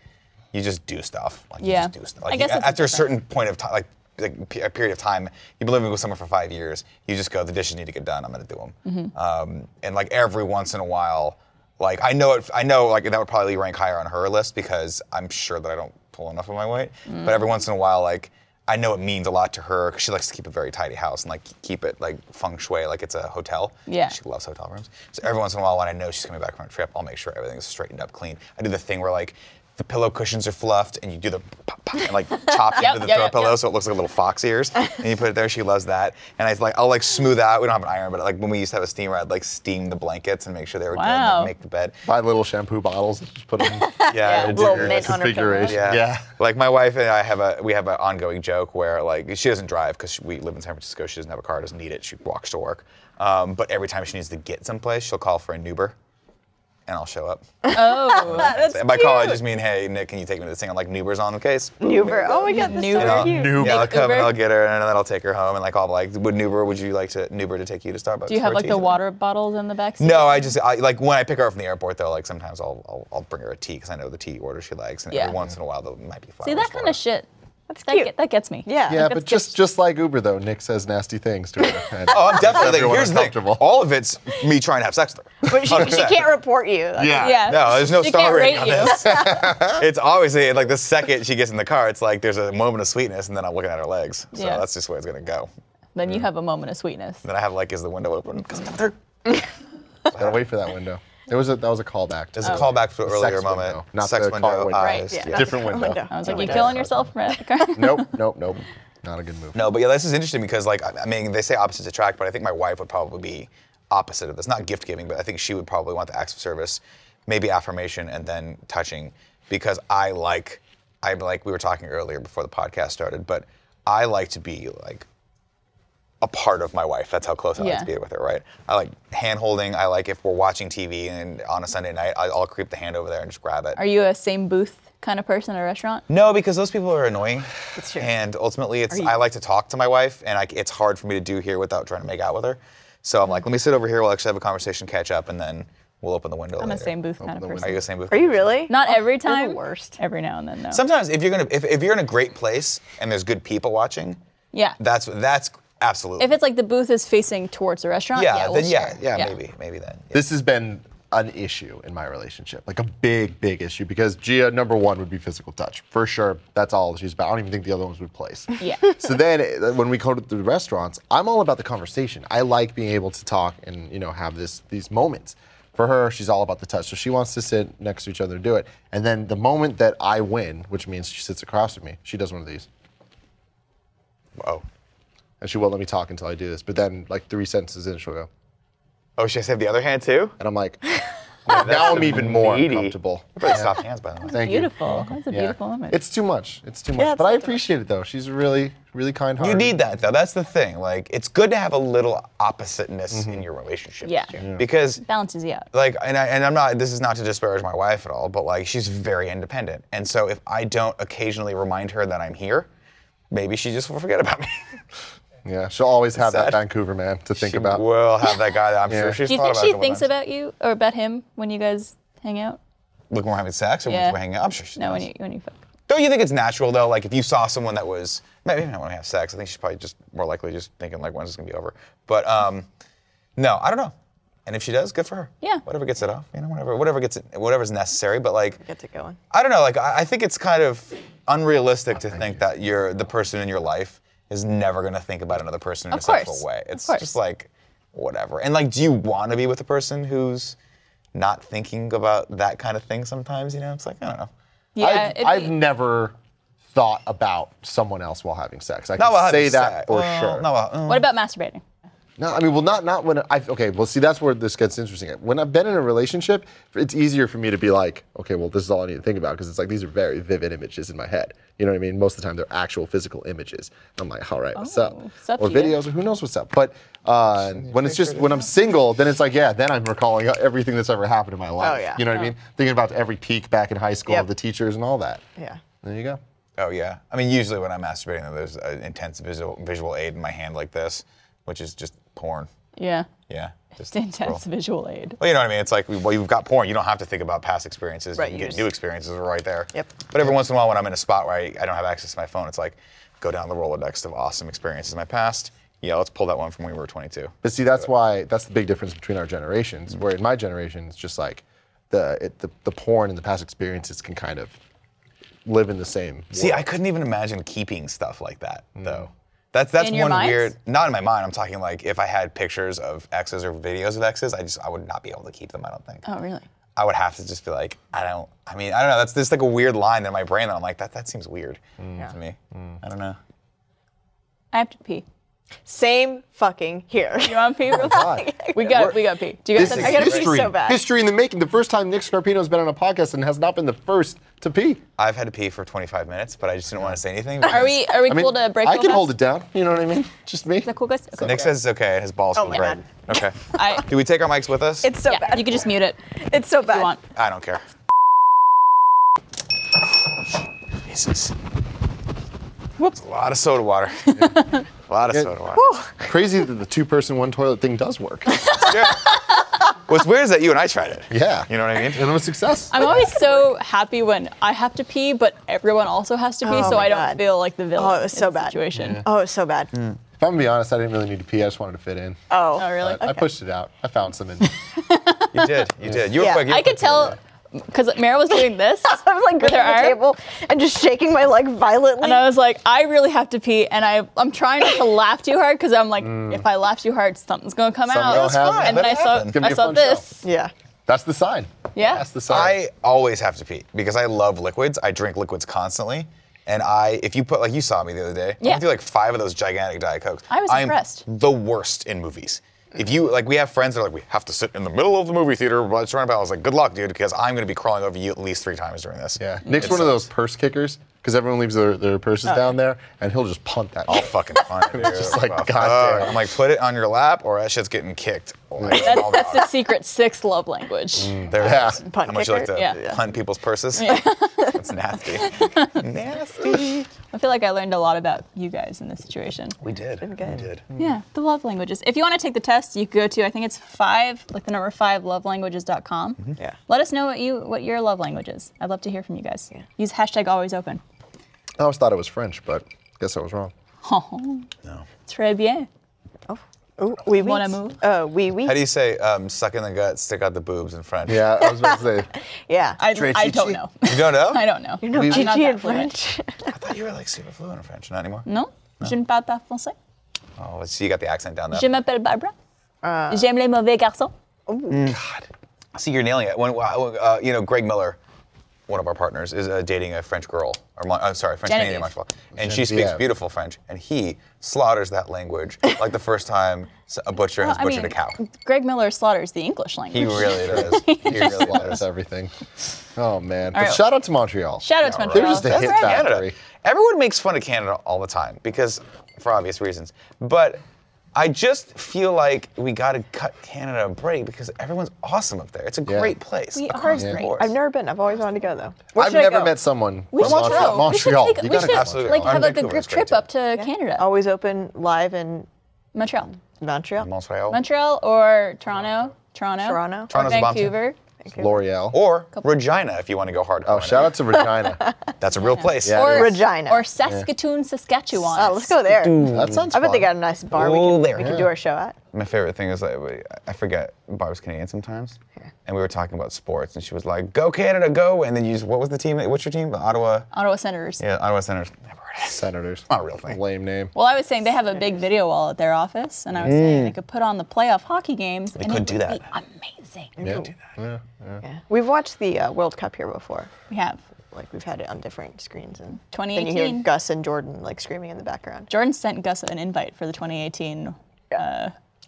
you just do stuff. Like,
Yeah.
You just do stuff. Like,
I guess
you-
that's
after a
different.
certain point of time, like. Like pe- a period of time, you've been living with someone for five years. You just go, the dishes need to get done. I'm gonna do them. Um, and like every once in a while, like I know it, I know like that would probably rank higher on her list because I'm sure that I don't pull enough of my weight. But every once in a while, like I know it means a lot to her because she likes to keep a very tidy house and like keep it like feng shui, like it's a hotel.
Yeah.
She loves hotel rooms. So every once in a while, when I know she's coming back from a trip, I'll make sure everything's straightened up, clean. I do the thing where like the pillow cushions are fluffed and you do the pop, pop, and like chop
Yep,
into the
yep,
throw
yep,
pillow
yep.
so it looks like little fox ears. and you put it there. She loves that. And I like I'll like smooth out. We don't have an iron, but like when we used to have a steamer, I'd like steam the blankets and make sure they were good.
Wow.
And, like, make the bed.
buy little shampoo bottles and just put them in
Yeah. it's-
little mint on her
configuration.
yeah.
yeah.
Like my wife and I have a we have an ongoing joke where like she doesn't drive because we live in San Francisco. She doesn't have a car. Doesn't need it. She walks to work. Um, but every time she needs to get someplace, she'll call for an Uber, and I'll show up.
Oh.
That's and by call, I just mean, hey Nick, can you take me to this thing? I'm like Uber's on the case.
Uber. Oh my God, that's
Uber.
so cute.
Noob.
Yeah, I'll come
Uber?
and I'll get her, and then I'll take her home, and like I'll be like, would Uber? Would you like to Uber to take you to Starbucks?
Do you have
for
like
tea
the
today?"
water bottles in the back seat?
No, I just I, like when I pick her up from the airport though. Like sometimes I'll I'll, I'll bring her a tea because I know the tea order she likes, and
Yeah.
every once in a while there might be flowers.
See, that
for
kind of
her.
shit. That's That,
cute.
get- that gets me.
Yeah.
Yeah,
Like,
but
that's
just just like Uber though, Nick says nasty things to her. And-
Oh, I'm definitely.
everyone
Like, here's the thing.
uncomfortable.
All of it's me trying to have sex with her.
But she, she
100%.
can't report you. That's-
yeah.
Yeah.
No, there's no
She
star
can't rate
rating on
you.
this. it's obviously like the second she gets in the car, it's like there's a moment of sweetness, and then I'm looking at her legs. So
Yeah.
that's just where it's gonna go.
Then you have a moment of sweetness.
Then I have like, is the window open? Because I'm through.
Gotta wait for that window. It was a that was a callback. Oh,
There's
To
a callback to an
The
earlier
sex
moment.
window, not
sex
the car window.
uh,
Right, yeah.
yeah.
different window.
window.
I was like,
Oh
you
my
killing
God.
yourself, Rebecca?
Nope, nope, nope. Not a good move.
No, but yeah, this is interesting because like I I mean, they say opposites attract, but I think my wife would probably be opposite of this. Not gift giving, but I think she would probably want the acts of service, maybe affirmation, and then touching, because I like, I like we were talking earlier before the podcast started, but I like to be like a part of my wife. That's how close I like
Yeah.
to be with her, right? I like hand holding. I like if we're watching TV and on a Sunday night, I- I'll creep the hand over there and just grab it.
Are you a same booth kind of person at a restaurant?
No, because those people are annoying.
It's true.
And ultimately, it's
Are you-
I like to talk to my wife, and I, it's hard for me to do here without trying to make out with her. So I'm like, let me sit over here. We'll actually have a conversation, catch up, and then we'll open the window.
I'm a
later.
same booth kind of
Are
person.
you the same booth?
Are you really?
Not every
the
time.
worst.
Every now and then, though.
Sometimes, if you're gonna, if, if you're in a great place and there's good people watching,
yeah.
that's that's absolutely.
If it's like the booth is facing towards the restaurant,
yeah,
yeah, we'll
then yeah,
share.
yeah, maybe, maybe then. Yeah.
This has been an issue in my relationship, like a big, big issue, because Gia, number one, would be physical touch. For sure, that's all she's about. I don't even think the other ones would place.
Yeah.
so then uh, when we go to the restaurants, I'm all about the conversation. I like being able to talk and you know have this these moments. For her, she's all about the touch. So she wants to sit next to each other and do it. And then the moment that I win, which means she sits across from me, she does one of these.
Oh,
And she won't let me talk until I do this. But then like three sentences in, she'll go.
oh, should I save the other hand too?
And I'm like, now I'm even more
meaty.
uncomfortable.
Everybody soft hands, by the way.
Thank you.
Beautiful. That's a
Yeah.
beautiful moment.
It's too much. It's too much.
it's
but I
not too
appreciate it though. She's really, really kind
You
hearted.
need that though. That's the thing. Like, it's good to have a little oppositeness in your relationship.
Yeah. Yeah.
Because
balances you out.
like and, I, and i'm not this is not to disparage my wife at all but like she's very independent and so if i don't occasionally remind her that i'm here maybe she just will forget about me
Yeah, she'll always have that
Sad.
Vancouver man to think
she
about.
will have that guy that i'm
Yeah.
sure she's
Do you
thought
think
about
she
a couple
thinks
times.
about you or about him when you guys hang out?
like when we're having sex or
Yeah.
when we're hanging out i'm sure she
No, when
does.
you when you fuck.
don't you think it's natural though like if you saw someone that was maybe not want to have sex i think she's probably just more likely just thinking like when's this going to be over but um no i don't know and if she does good for her
Yeah.
whatever gets it off you know whatever whatever gets it whatever's necessary but like
Gets it going.
I don't know. Like I, I think it's kind of unrealistic to think that you're the person in your life is never going to think about another person in
Of
a sexual
course.
way.
Of
It's
course.
just like whatever. And like, do you want to be with a person who's not thinking about that kind of thing? Sometimes, you know, it's like I don't know.
Yeah,
I've,
it'd
I've
be-
never thought about someone else while having sex. I
Not
can
while
say
having
that
sex.
for
Well,
sure.
Not mm. while,
What about masturbating?
No, I mean, well, not not when I okay. Well, see, that's where this gets interesting. When I've been in a relationship, it's easier for me to be like, okay, well, this is all I need to think about because it's like these are very vivid images in my head. You know what I mean? Most of the time, they're actual physical images. I'm like, all right, what's up?
Oh, it's up
or
to you.
videos, or who knows what's up. But uh, when it's just when I'm single, then it's like, yeah, then I'm recalling everything that's ever happened in
Oh,
my life.
yeah.
You know what I mean? Thinking about every peak back in high school
Yep.
of the teachers and all that.
Yeah.
There you go.
Oh yeah. I mean, usually when I'm masturbating, there's an intense visual visual aid in my hand like this, which is just porn.
Yeah.
Yeah. Just
It's intense visual aid.
Well, you know what I mean. It's like well, you've got porn. You don't have to think about past experiences. You
Right, you
can get
just-
new experiences right there.
Yep.
But every once in a while, when I'm in a spot where I, I don't have access to my phone, it's like go down the rolodex of awesome experiences in my past. Yeah, let's pull that one from when we were 22.
But see, that's why that's the big difference between our generations. Where in my generation, it's just like the it, the, the porn and the past experiences can kind of live in the same.
See,
world.
I couldn't even imagine keeping stuff like that though. That's that's
In your
one
mind?
weird. Not in my mind. I'm talking like if I had pictures of exes or videos of exes, I just I would not be able to keep them. I don't think.
Oh, really?
I would have to just be like, I don't. I mean, I don't know. That's just like a weird line in my brain that I'm like, that that seems weird to me. I don't know.
I have to pee.
Same fucking here.
You want pee real
God.
We got we got pee. Do you guys have
This is
I gotta pee
history.
so bad.
History in the making. The first time Nick Scarpino's been on a podcast and has not been the first to pee.
I've had to pee for 25 minutes, but I just didn't want to say anything.
Are we are we
I mean,
cool to break?
I can hold it down. You know what I mean? Just me.
The cool guys. Okay.
Nick says it's okay. and His balls
Oh
for the
my
bread. Okay.
I,
Do we take our mics with us?
It's so
yeah,
bad.
You can just mute it. If
it's so bad.
you want.
I don't care. This is
Whoops.
a lot of soda water. a lot of
Yeah.
soda water.
Crazy that the two-person, one-toilet thing does work.
Yeah. What's weird is that you and I tried it.
Yeah.
You know what I mean?
and I'm a success.
I'm always so happy when I have to pee, but everyone also has to pee,
Oh
so
my
I don't
God.
feel like the villain.
Oh, it was
in
so
the
bad.
Situation.
Oh, it's so bad.
Mm.
if I'm gonna be honest, I didn't really need to pee. I just wanted to fit in.
Oh.
Oh, really?
But I pushed it out. I found some in.
You did. You did. You were
Yeah.
quick. You were
I could
quick.
tell because Mara was doing this.
I was like
With
gripping
her
the
arm?
table and just shaking my leg violently.
And I was like, I really have to pee, and I, I'm trying not to laugh too hard because I'm like, if I laugh too hard, something's gonna come
Mm. Something
out.
will That's happen. fine.
And
Let
then I
it
saw,
happen.
Give me
I
a
saw
fun show.
this.
yeah.
That's the sign.
Yeah.
That's the sign.
I always have to pee because I love liquids. I drink liquids constantly. And I, if you put, like you saw me the other day, I
Yeah.
went through like five of those gigantic Diet Cokes.
I was
I'm
impressed.
the worst in movies. If you, like, we have friends that are like, we have to sit in the middle of the movie theater, but surrounded by, I was like, good luck, dude, because I'm going to be crawling over you at least three times during this.
Yeah. Nick's one of those purse kickers because everyone leaves their, their purses down there and he'll just punt that.
All
shit.
fucking fun. Dude.
Just like,
Fuck.
goddamn.
I'm like, put it on your lap or that shit's getting kicked. Like,
That's,
all
that's
the-
the secret sixth love language.
There it
Yeah.
is.
Punt
How much you like
kicker?
to
Yeah.
punt people's purses? That's nasty. nasty.
I feel like I learned a lot about you guys in this situation.
Mm.
We did. We did.
Yeah, the love languages. If you want to take the test, you can go to I think it's five, like the number five, lovelanguages.com.
Mm-hmm.
Yeah.
Let us know what you what your love language is. I'd love to hear from you guys. Use hashtag always open.
I always thought it was French, but guess I was wrong.
Oh,
No.
très bien.
Ooh, wee
Wanna
wees.
move?
Uh, wee wee.
How do you say um, suck in the gut, stick out the boobs in French?
Yeah, I was about to say.
yeah.
I,
Très
I
chichi.
don't know.
You don't know?
I don't know.
you know
Wee wee.
I'm not
Gigi
that
in
fluent.
French.
I thought you were like super fluent in French. Not anymore.
No, je ne parle pas français.
Oh, well, see, you got the accent down
Je
there.
m'appelle Barbara.
Uh,
J'aime les mauvais garçons.
See, you're nailing it. When uh, you know Greg Miller, one of our partners, is uh, dating a French girl, or Mon- I'm sorry, French Canadian,
Genevieve.
Montreal, and she
Genevieve.
speaks beautiful French, and he slaughters that language like the first time s- a butcher has
I
butchered
mean,
a cow.
Greg Miller slaughters the English
He
language.
really does. He really
That's
does.
everything. Oh, man. But
right.
shout out to Montreal.
Shout out to
right.
Montreal.
They're just a
That's
hit
right.
factory.
Canada. Everyone makes fun of Canada all the time because, for obvious reasons. But I just feel like we got to cut Canada a break because everyone's awesome up there. It's a
Yeah.
great place.
We
across
are
the
great.
board.
I've never been. I've always wanted to go though. Where
I've
should I
never
go?
met someone
We
from
should
Montreal.
go.
Montreal.
We should, take,
You
we
gotta go
should
to
Absolutely.
like
Montreal.
have
And
like a
Vancouver
group
is great,
trip up to Canada,
Always open live in
Montreal,
Montreal.
Montreal.
Montreal or Toronto, Toronto,
Toronto.
or
Toronto's a bomb too.
Vancouver.
L'Oreal.
Or Regina, if you want to go hard.
oh, shout out to Regina.
That's a real place.
Yeah, it
Or
is.
Regina.
or Saskatoon, Saskatchewan.
Oh, let's go there.
that sounds
I bet they
fun.
got a nice bar we
Oh,
could,
there.
we could do our show at.
My favorite thing is like, we- I forget Barb's Canadian sometimes, and we were talking about sports, and she was like, "Go Canada, go!" And then you, just, what was the team? What's your team? The Ottawa.
Ottawa Senators.
Yeah, Ottawa Senators. Never heard of it.
Senators.
Not a real thing.
Lame name.
Well, I was saying they have a big video wall at their office, and I was saying they could put on the playoff hockey games. They and
could
it
do
would
that.
Be amazing.
Yeah.
We've watched the uh, World Cup here before.
We have.
like we've had it on different screens and then you hear
2018.
Gus and Jordan like screaming in the background.
Jordan sent Gus an invite for the uh, 2018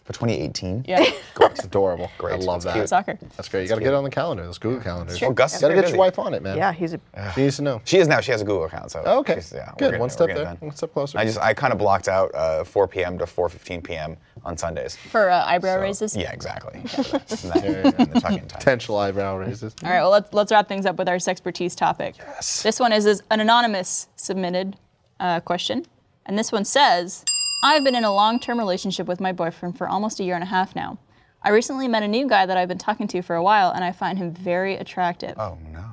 For 2018?
yeah,
It's adorable. Great. I love
That's
that.
cute.
soccer.
That's great. You got to get it on the calendar. Those Google calendars.
Oh, Gus is
got to
very
get
busy.
your wife on it, man.
Yeah, he's a
She needs to know.
She is now. She has a Google account. So
Okay.
she's- yeah, we're
Good.
getting
One
it- we're
step
getting
there.
it done.
One step closer.
I just I kind of blocked out uh, 4 p.m. to 4:15 p.m. on Sundays.
for uh, eyebrow
So-
raises.
Yeah, exactly. And that- and the tuck-in time.
potential eyebrow raises.
All right, well, let's, let's wrap things up with our sexpertise topic. Yes. This one is, is an anonymous submitted uh, question. And this one says I've been in a long term relationship with my boyfriend for almost a year and a half now. I recently met a new guy that I've been talking to for a while, and I find him very attractive.
Oh no.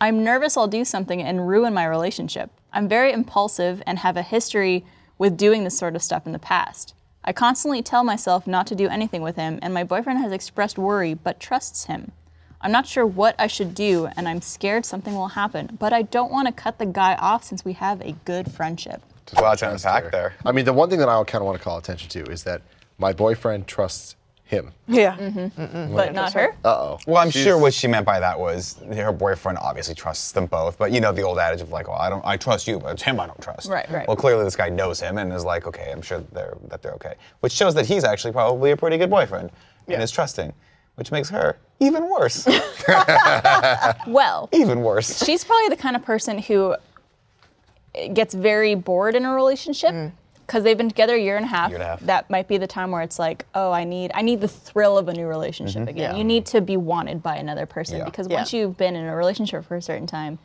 I'm nervous I'll do something and ruin my relationship. I'm very impulsive and have a history with doing this sort of stuff in the past. I constantly tell myself not to do anything with him, and my boyfriend has expressed worry but trusts him. I'm not sure what I should do, and I'm scared something will happen, but I don't want to cut the guy off since we have a good friendship.
There's a lot to unpack there.
I mean, the one thing that I kind of want to call attention to is that my boyfriend trusts him.
yeah.
But not her?
Well, I'm sure what she meant by that was her boyfriend obviously trusts them both, but you know the old adage of like, well, I don't, I trust you, but it's him I don't trust.
Right, right.
Well, clearly this guy knows him and is like, okay, I'm sure they're that they're okay, which shows that he's actually probably a pretty good boyfriend and is trusting, which makes her even worse,
Well,
even worse.
she's probably the kind of person who gets very bored in a relationship because they've been together a year and a half.
Year and a half.
That might be the time where it's like, oh, I need I need the thrill of a new relationship again. You need to be wanted by another person
Mm-hmm. Yeah.
because
Yeah.
once you've been in a relationship for a certain time,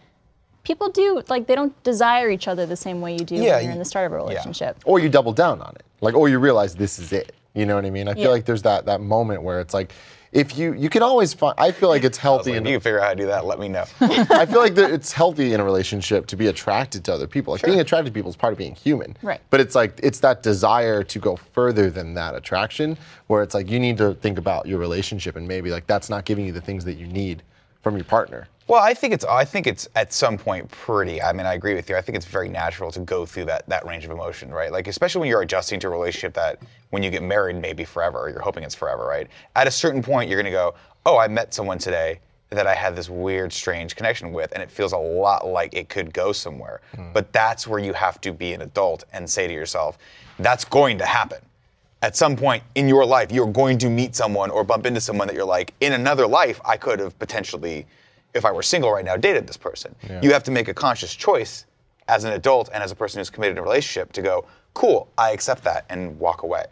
people do like they don't desire each other the same way you do
Yeah,
when you're in
you-
the start of a
yeah.
relationship.
or you double down on it like or you realize this is it you know what i mean i
Yeah.
feel like there's that that moment where it's like if you you can always find i feel like it's
Like,
healthy
if you
and
can figure out how to do that, let me know.
i feel like that it's healthy in a relationship to be attracted to other people like being attracted to people is part of being human
Right.
but it's like it's that desire to go further than that attraction where it's like you need to think about your relationship and maybe like that's not giving you the things that you need from your partner
Well, I think it's I think it's at some point pretty. I mean, I agree with you. I think it's very natural to go through that that range of emotion, right? Like especially when you're adjusting to a relationship that when you get married maybe forever, or you're hoping it's forever, right? At a certain point, you're going to go, "Oh, I met someone today that I had this weird strange connection with and it feels a lot like it could go somewhere." But that's where you have to be an adult and say to yourself, "That's going to happen." at some point in your life, you're going to meet someone or bump into someone that you're like, in another life, I could have potentially, if I were single right now, dated this person. You have to make a conscious choice as an adult and as a person who's committed in a relationship to go, cool, I accept that and walk away.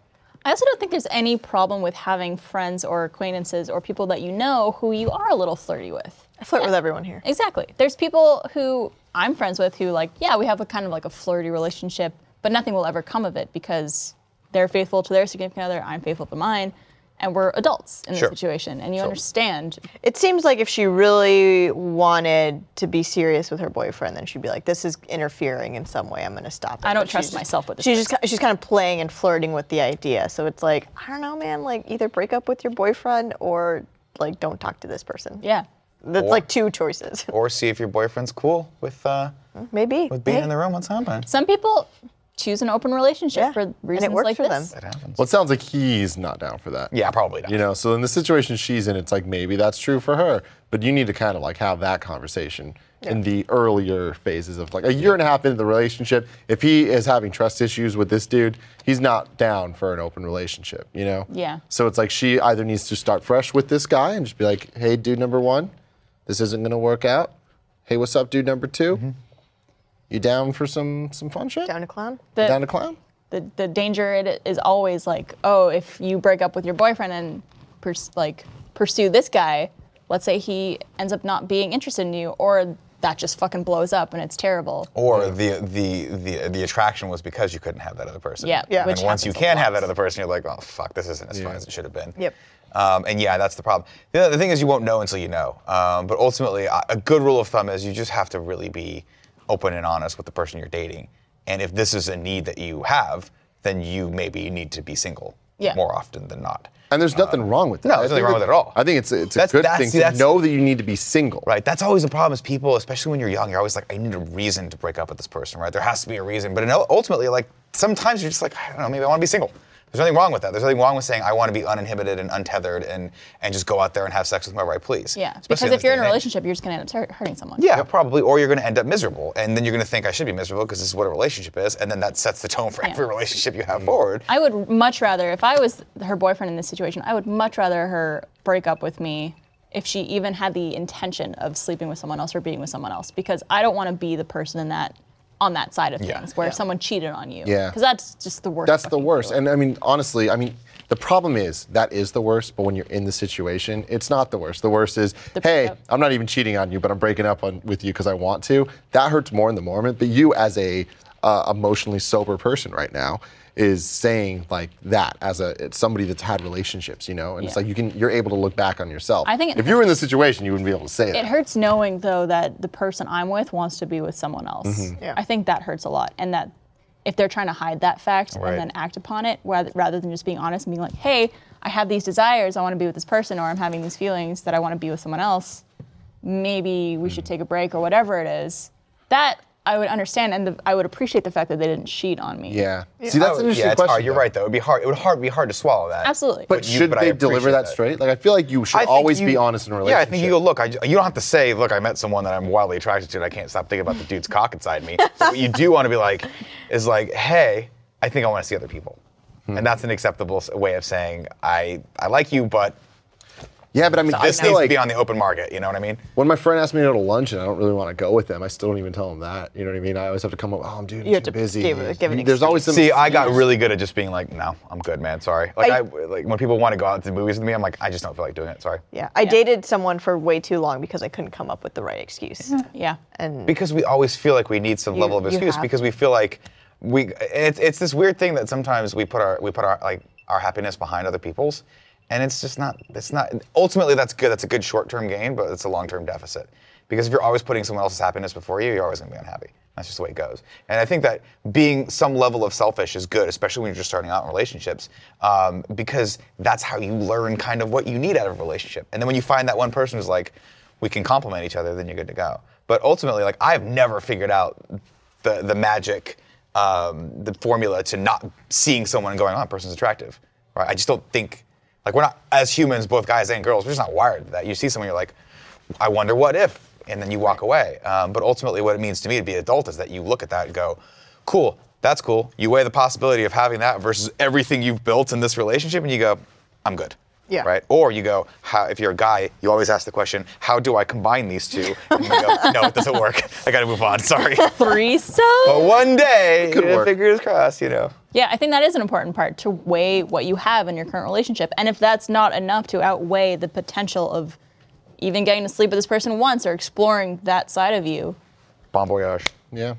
I also don't think there's any problem with having friends or acquaintances or people that you know who you are a little flirty with.
I flirt with everyone here.
Exactly. There's people who I'm friends with who like, yeah, we have a kind of like a flirty relationship, but nothing will ever come of it because they're faithful to their significant other, I'm faithful to mine, and we're adults in
Sure.
this situation. And you understand.
It seems like if she really wanted to be serious with her boyfriend, then she'd be like, "This is interfering in some way. I'm going to stop it."
I don't
But she's
trust
just-
myself with this
She's just ki- she's kind of playing and flirting with the idea. So it's like, I don't know, man. Like either break up with your boyfriend or like don't talk to this person.
Yeah.
That's like two choices.
Or see if your boyfriend's cool with uh,
Maybe.
with being
Hey,
in the room once something.
Some people choose an open relationship
Yeah,
for
and it
reasons
works
like
for
this.
them.
It happens.
well it sounds like he's not down for that
yeah, probably not.
You know, so in the situation she's in, it's like maybe that's true for her, but you need to kind of like have that conversation in the earlier phases of like a year and a half into the relationship. If he is having trust issues with this dude, he's not down for an open relationship, you know?
Yeah.
So it's like she either needs to start fresh with this guy and just be like, hey, dude number one, this isn't going to work out. Hey, what's up, dude number 2 You down for some some fun shit?
Down to clown.
The-
down to clown?
the, the danger it is always like, oh, if you break up with your boyfriend and pers- like pursue this guy, let's say he ends up not being interested in you, or that just fucking blows up and it's terrible.
Or the, the the the attraction was because you couldn't have that other person.
Yeah, Yeah. which
And once you
happens a
can have
lot.
that other person, you're like, oh fuck, this isn't as fun as it should have been.
Yep.
Um, and yeah, that's the problem. The, the thing is, you won't know until you know. Um, but ultimately, I- a good rule of thumb is you just have to really be open and honest with the person you're dating. And if this is a need that you have, then you maybe need to be single
Yeah.
more often than not.
And there's nothing wrong with
Uh,
that.
no, there's
I think
nothing wrong with it at all.
I think it's it's a
That's-
good
that's-
thing
see,
to
that's-
know that you need to be single.
Right. That's always the problem is people, especially when you're young, you're always like, I need a reason to break up with this person, right? There has to be a reason. But no- ultimately, like sometimes you're just like, I don't know, maybe I want to be single. There's nothing wrong with that. There's nothing wrong with saying I want to be uninhibited and untethered and and just go out there and have sex with whoever I please.
Yeah,
Especially
because if
this
you're in a
day and age.
relationship, you're just gonna end up hurt- hurting someone.
Yeah, probably. Or you're going to end up miserable, and then you're going to think I should be miserable because this is what a relationship is, and then that sets the tone for every relationship you
Mm.
have forward.
I would much rather, if I was her boyfriend in this situation, I would much rather her break up with me if she even had the intention of sleeping with someone else or being with someone else, because I don't want to be the person in that on that side of
Yeah.
things where someone cheated on you.
Yeah.
Because that's just the worst.
That's the
fucking
worst.
feeling.
And I mean, honestly, I mean, the problem is that is the worst. But when you're in the situation, it's not the worst. The worst is, hey,
breakup.
I'm not even cheating on you, but I'm breaking up on, with you because I want to. That hurts more in the moment. But you, as a uh, emotionally sober person right now, is saying like that as a it's somebody that's had relationships, you know, and it's
Yeah.
like you can you're able to look back on yourself.
I think it
if you were in the situation, you wouldn't be able to say that.
It hurts knowing though that the person I'm with wants to be with someone else.
Yeah.
I think that hurts a lot, and that if they're trying to hide that fact
Right.
and then act upon it rather, rather than just being honest and being like, "Hey, I have these desires. I want to be with this person, or I'm having these feelings that I want to be with someone else. Maybe we should take a break or whatever it is." That I would understand, and the, I would appreciate the fact that they didn't cheat on me.
Yeah. See, that's an
Oh,
interesting
yeah, it's
question.
hard. You're
though.
right, though. It'd be hard. It would hard be hard to swallow that.
Absolutely.
But,
you-
should
but I
they deliver
appreciate
that,
that.
straight? Like, I feel like you should
I think
always
you-
be honest in a
Yeah, I
relationship.
think you go look. I, ju- you don't have to say, look, I met someone that I'm wildly attracted to, and I can't stop thinking about the dude's cock inside me. But what you do want to be like is like, hey, I think I want to see other people,
Hmm.
and that's an acceptable s- way of saying I I like you, but
Yeah, but I mean, I
this
feel
needs to
like
be on the open market. You know what I mean?
when my friend asks me to go to lunch and I don't really want to go with them, I still don't even tell them that. You know what I mean? I always have to come up. Oh, I'm doing
You have
too
to
busy.
give a- give an
There's always some.
See, I got really good at just being like, no, I'm good, man. Sorry. Like I,
I-
like when people want to go out to the movies with me, I'm like, I just don't feel like doing it. Sorry.
Yeah, I dated someone for way too long because I couldn't come up with the right excuse.
yeah.
And
Because we always feel like we need some level of
you
excuse
have
because we feel like we it's it's this weird thing that sometimes we put our we put our like our happiness behind other people's and it's just not it's not ultimately that's good that's a good short-term gain but it's a long-term deficit because if you're always putting someone else's happiness before you you're always going to be unhappy that's just the way it goes and i think that being some level of selfish is good especially when you're just starting out in relationships um, because that's how you learn kind of what you need out of a relationship and then when you find that one person who's like we can complement each other, then you're good to go. But ultimately, like I've never figured out the the magic, um, the formula to not seeing someone and going, "Oh, that person's attractive," right? I just don't think like we're not as humans, both guys and girls, we're just not wired to that. You see someone, you're like, "I wonder what if," and then you walk away. Um, but ultimately, what it means to me to be an adult is that you look at that and go, "Cool, that's cool." You weigh the possibility of having that versus everything you've built in this relationship, and you go, "I'm good."
Yeah.
Right? Or you go, how, if you're a guy, you always ask the question, how do I combine these two? And you go, no, it doesn't work. I gotta move on, sorry. but
Threesome.
one day,
could
you know,
work.
fingers crossed, you know.
Yeah, I think that is an important part to weigh what you have in your current relationship. And if that's not enough to outweigh the potential of even getting to sleep with this person once or exploring that side of you,
Bon voyage.
Yeah.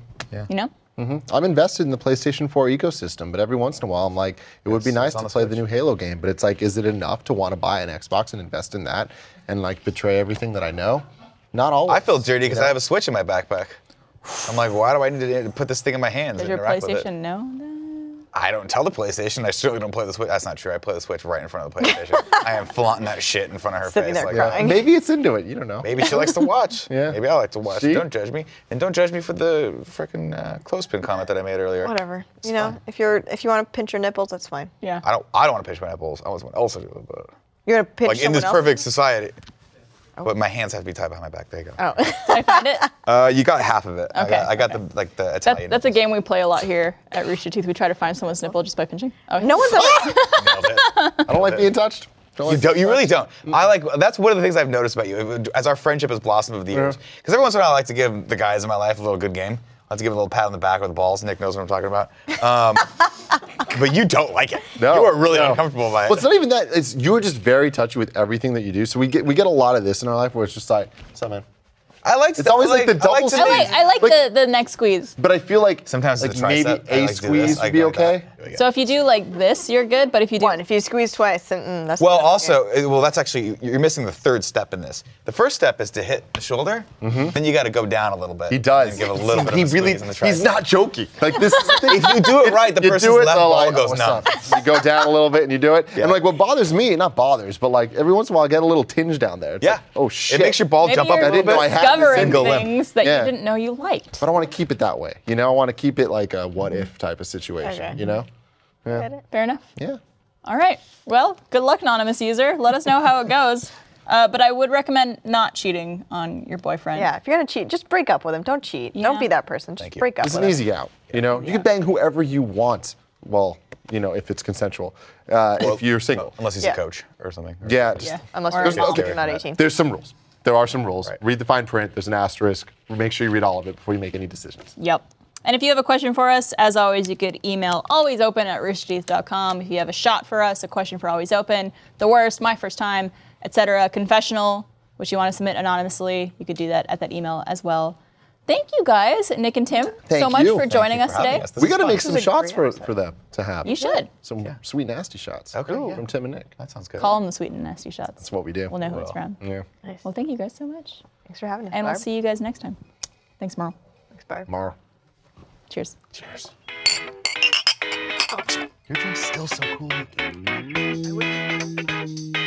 you know?
Hmm.
I'm invested in the PlayStation 4 ecosystem, but every once in a while, I'm like, it would be
It's-
nice
it's on
to
the
play the
Switch.
new Halo game, but it's like, is it enough to want to buy an Xbox and invest in that and like betray everything that I know? Not always.
I feel dirty because I have a Switch in my backpack. I'm like, why do I need to put this thing in my hands
Does
and
your
interact with it?
PlayStation know that?
I don't tell the PlayStation. I certainly don't play the Switch. That's not true. I play the Switch right in front of the PlayStation. I am flaunting that shit in front of her
Sitting
face.
there
like,
crying.
Maybe it's into it. You don't know.
Maybe she likes to watch.
Yeah.
Maybe I like to watch.
See?
Don't judge me. And don't judge me for the frickin' uh, clothespin comment that I made earlier.
whatever.
It's
you know,
fine.
if you're if you want to pinch your nipples, that's fine.
Yeah.
I don't. I don't want to pinch my nipples. I want someone else to do it. But
You're gonna pinch
like in this
someone
perfect
else's-
society.
Oh.
But my hands have to be tied behind my back. There you go.
Oh,
Did I find it?
Uh, you got half of it. I
Okay,
got, I got the like the Italian.
That, that's a
nipples.
game we play a lot here at Rooster Teeth. We try to find someone's nipple just by pinching. Oh, Okay.
no one's ever.
Nailed it.
I don't like being touched. Don't
You
like
don't. You really don't. I like. That's one of the things I've noticed about you as our friendship has blossomed over the years. Because every once in a while, I like to give the guys in my life a little good game. I like to give them a little pat on the back with the balls. Nick knows what I'm talking about. Um, but you don't like it.
No,
you are really
no.
uncomfortable by it.
Well, it's not even that. It's you're just very touchy with everything that you do. So we get we get a lot of this in our life where it's just like, what's up, man?
I like.
It's always like the
I
double
to
I
think-
squeeze.
like, I like,
Like-
the, the neck squeeze.
But I feel like
Sometimes
like
it's a
maybe
tricep. I
a
like to do
squeeze
this. I
would be
go like that.
okay.
There we go.
So if you do like this, you're good. But if you do
One, if you squeeze twice, then, mm, that's
Well,
not okay.
also, uh, well, that's actually you're missing the third step in this. The first step is to hit the shoulder. Then you got to go down a little bit.
Mm-hmm. He does.
And give a little bit.
he
of a
really.
squeeze in the
he's
tricep.
not joking. Like this. Is the thing.
If you do it right, the
You do
person's
it,
left
they're
ball
like,
goes
"What's
numb.
up?" You go down a little bit and you do it.
Yeah.
And like, what bothers me, not bothers, but like every once in a while, I get a little tinge down there. It's
Yeah.
like, oh shit.
It makes your ball
maybe
jump
you're
up a
I
little
didn't know I
bit.
had this
discovering
single limb.
things that
Yeah.
you didn't know you liked.
But I want to keep it that way. You know, I want to keep it like a what if type of situation.
Okay.
You know.
Fair enough.
Yeah.
All right. Well, good luck, anonymous user. Let us know how it goes. Uh, but I would recommend not cheating on your boyfriend.
Yeah, if you're gonna cheat, just break up with him. Don't cheat.
Yeah.
Don't be that person. Just
Thank you.
break up
It's an
with him.
easy out. You know, you can bang whoever you want. Well, you know, if it's consensual. Uh, if you're single.
Unless he's
Yeah.
a coach or something. or-
Yeah. just-
Yeah.
Unless
Or
you're,
a mom.
not-
Okay.
you're not 18.
There's some rules. There are some rules.
Right.
Read the fine print. There's an asterisk. Make sure you read all of it before you make any decisions.
Yep. And if you have a question for us, as always, you could email alwaysopen at richteeth.com. If you have a shot for us, a question for Always Open, the worst, my first time, etc., confessional, which you want to submit anonymously, you could do that at that email as well. Thank you guys, Nick and Tim, so
Thank
much
you.
for
Thank
joining
for
us
having
today.
us. This
we
is
got to
fun.
make
This
some
is a great
shots for,
episode.
for them to have.
You should.
Some sweet, nasty shots.
Okay, yeah.
From Tim and Nick.
That sounds good.
Call them the sweet and nasty shots. That's
what we do.
We'll know who it's
Well,
from.
Yeah.
Well, thank you guys so much.
Thanks for having us.
And
Barb.
we'll see you guys next time. Thanks, Merle.
Thanks, Barb.
Mar.
Cheers.
Cheers. Your drink's still so cool looking.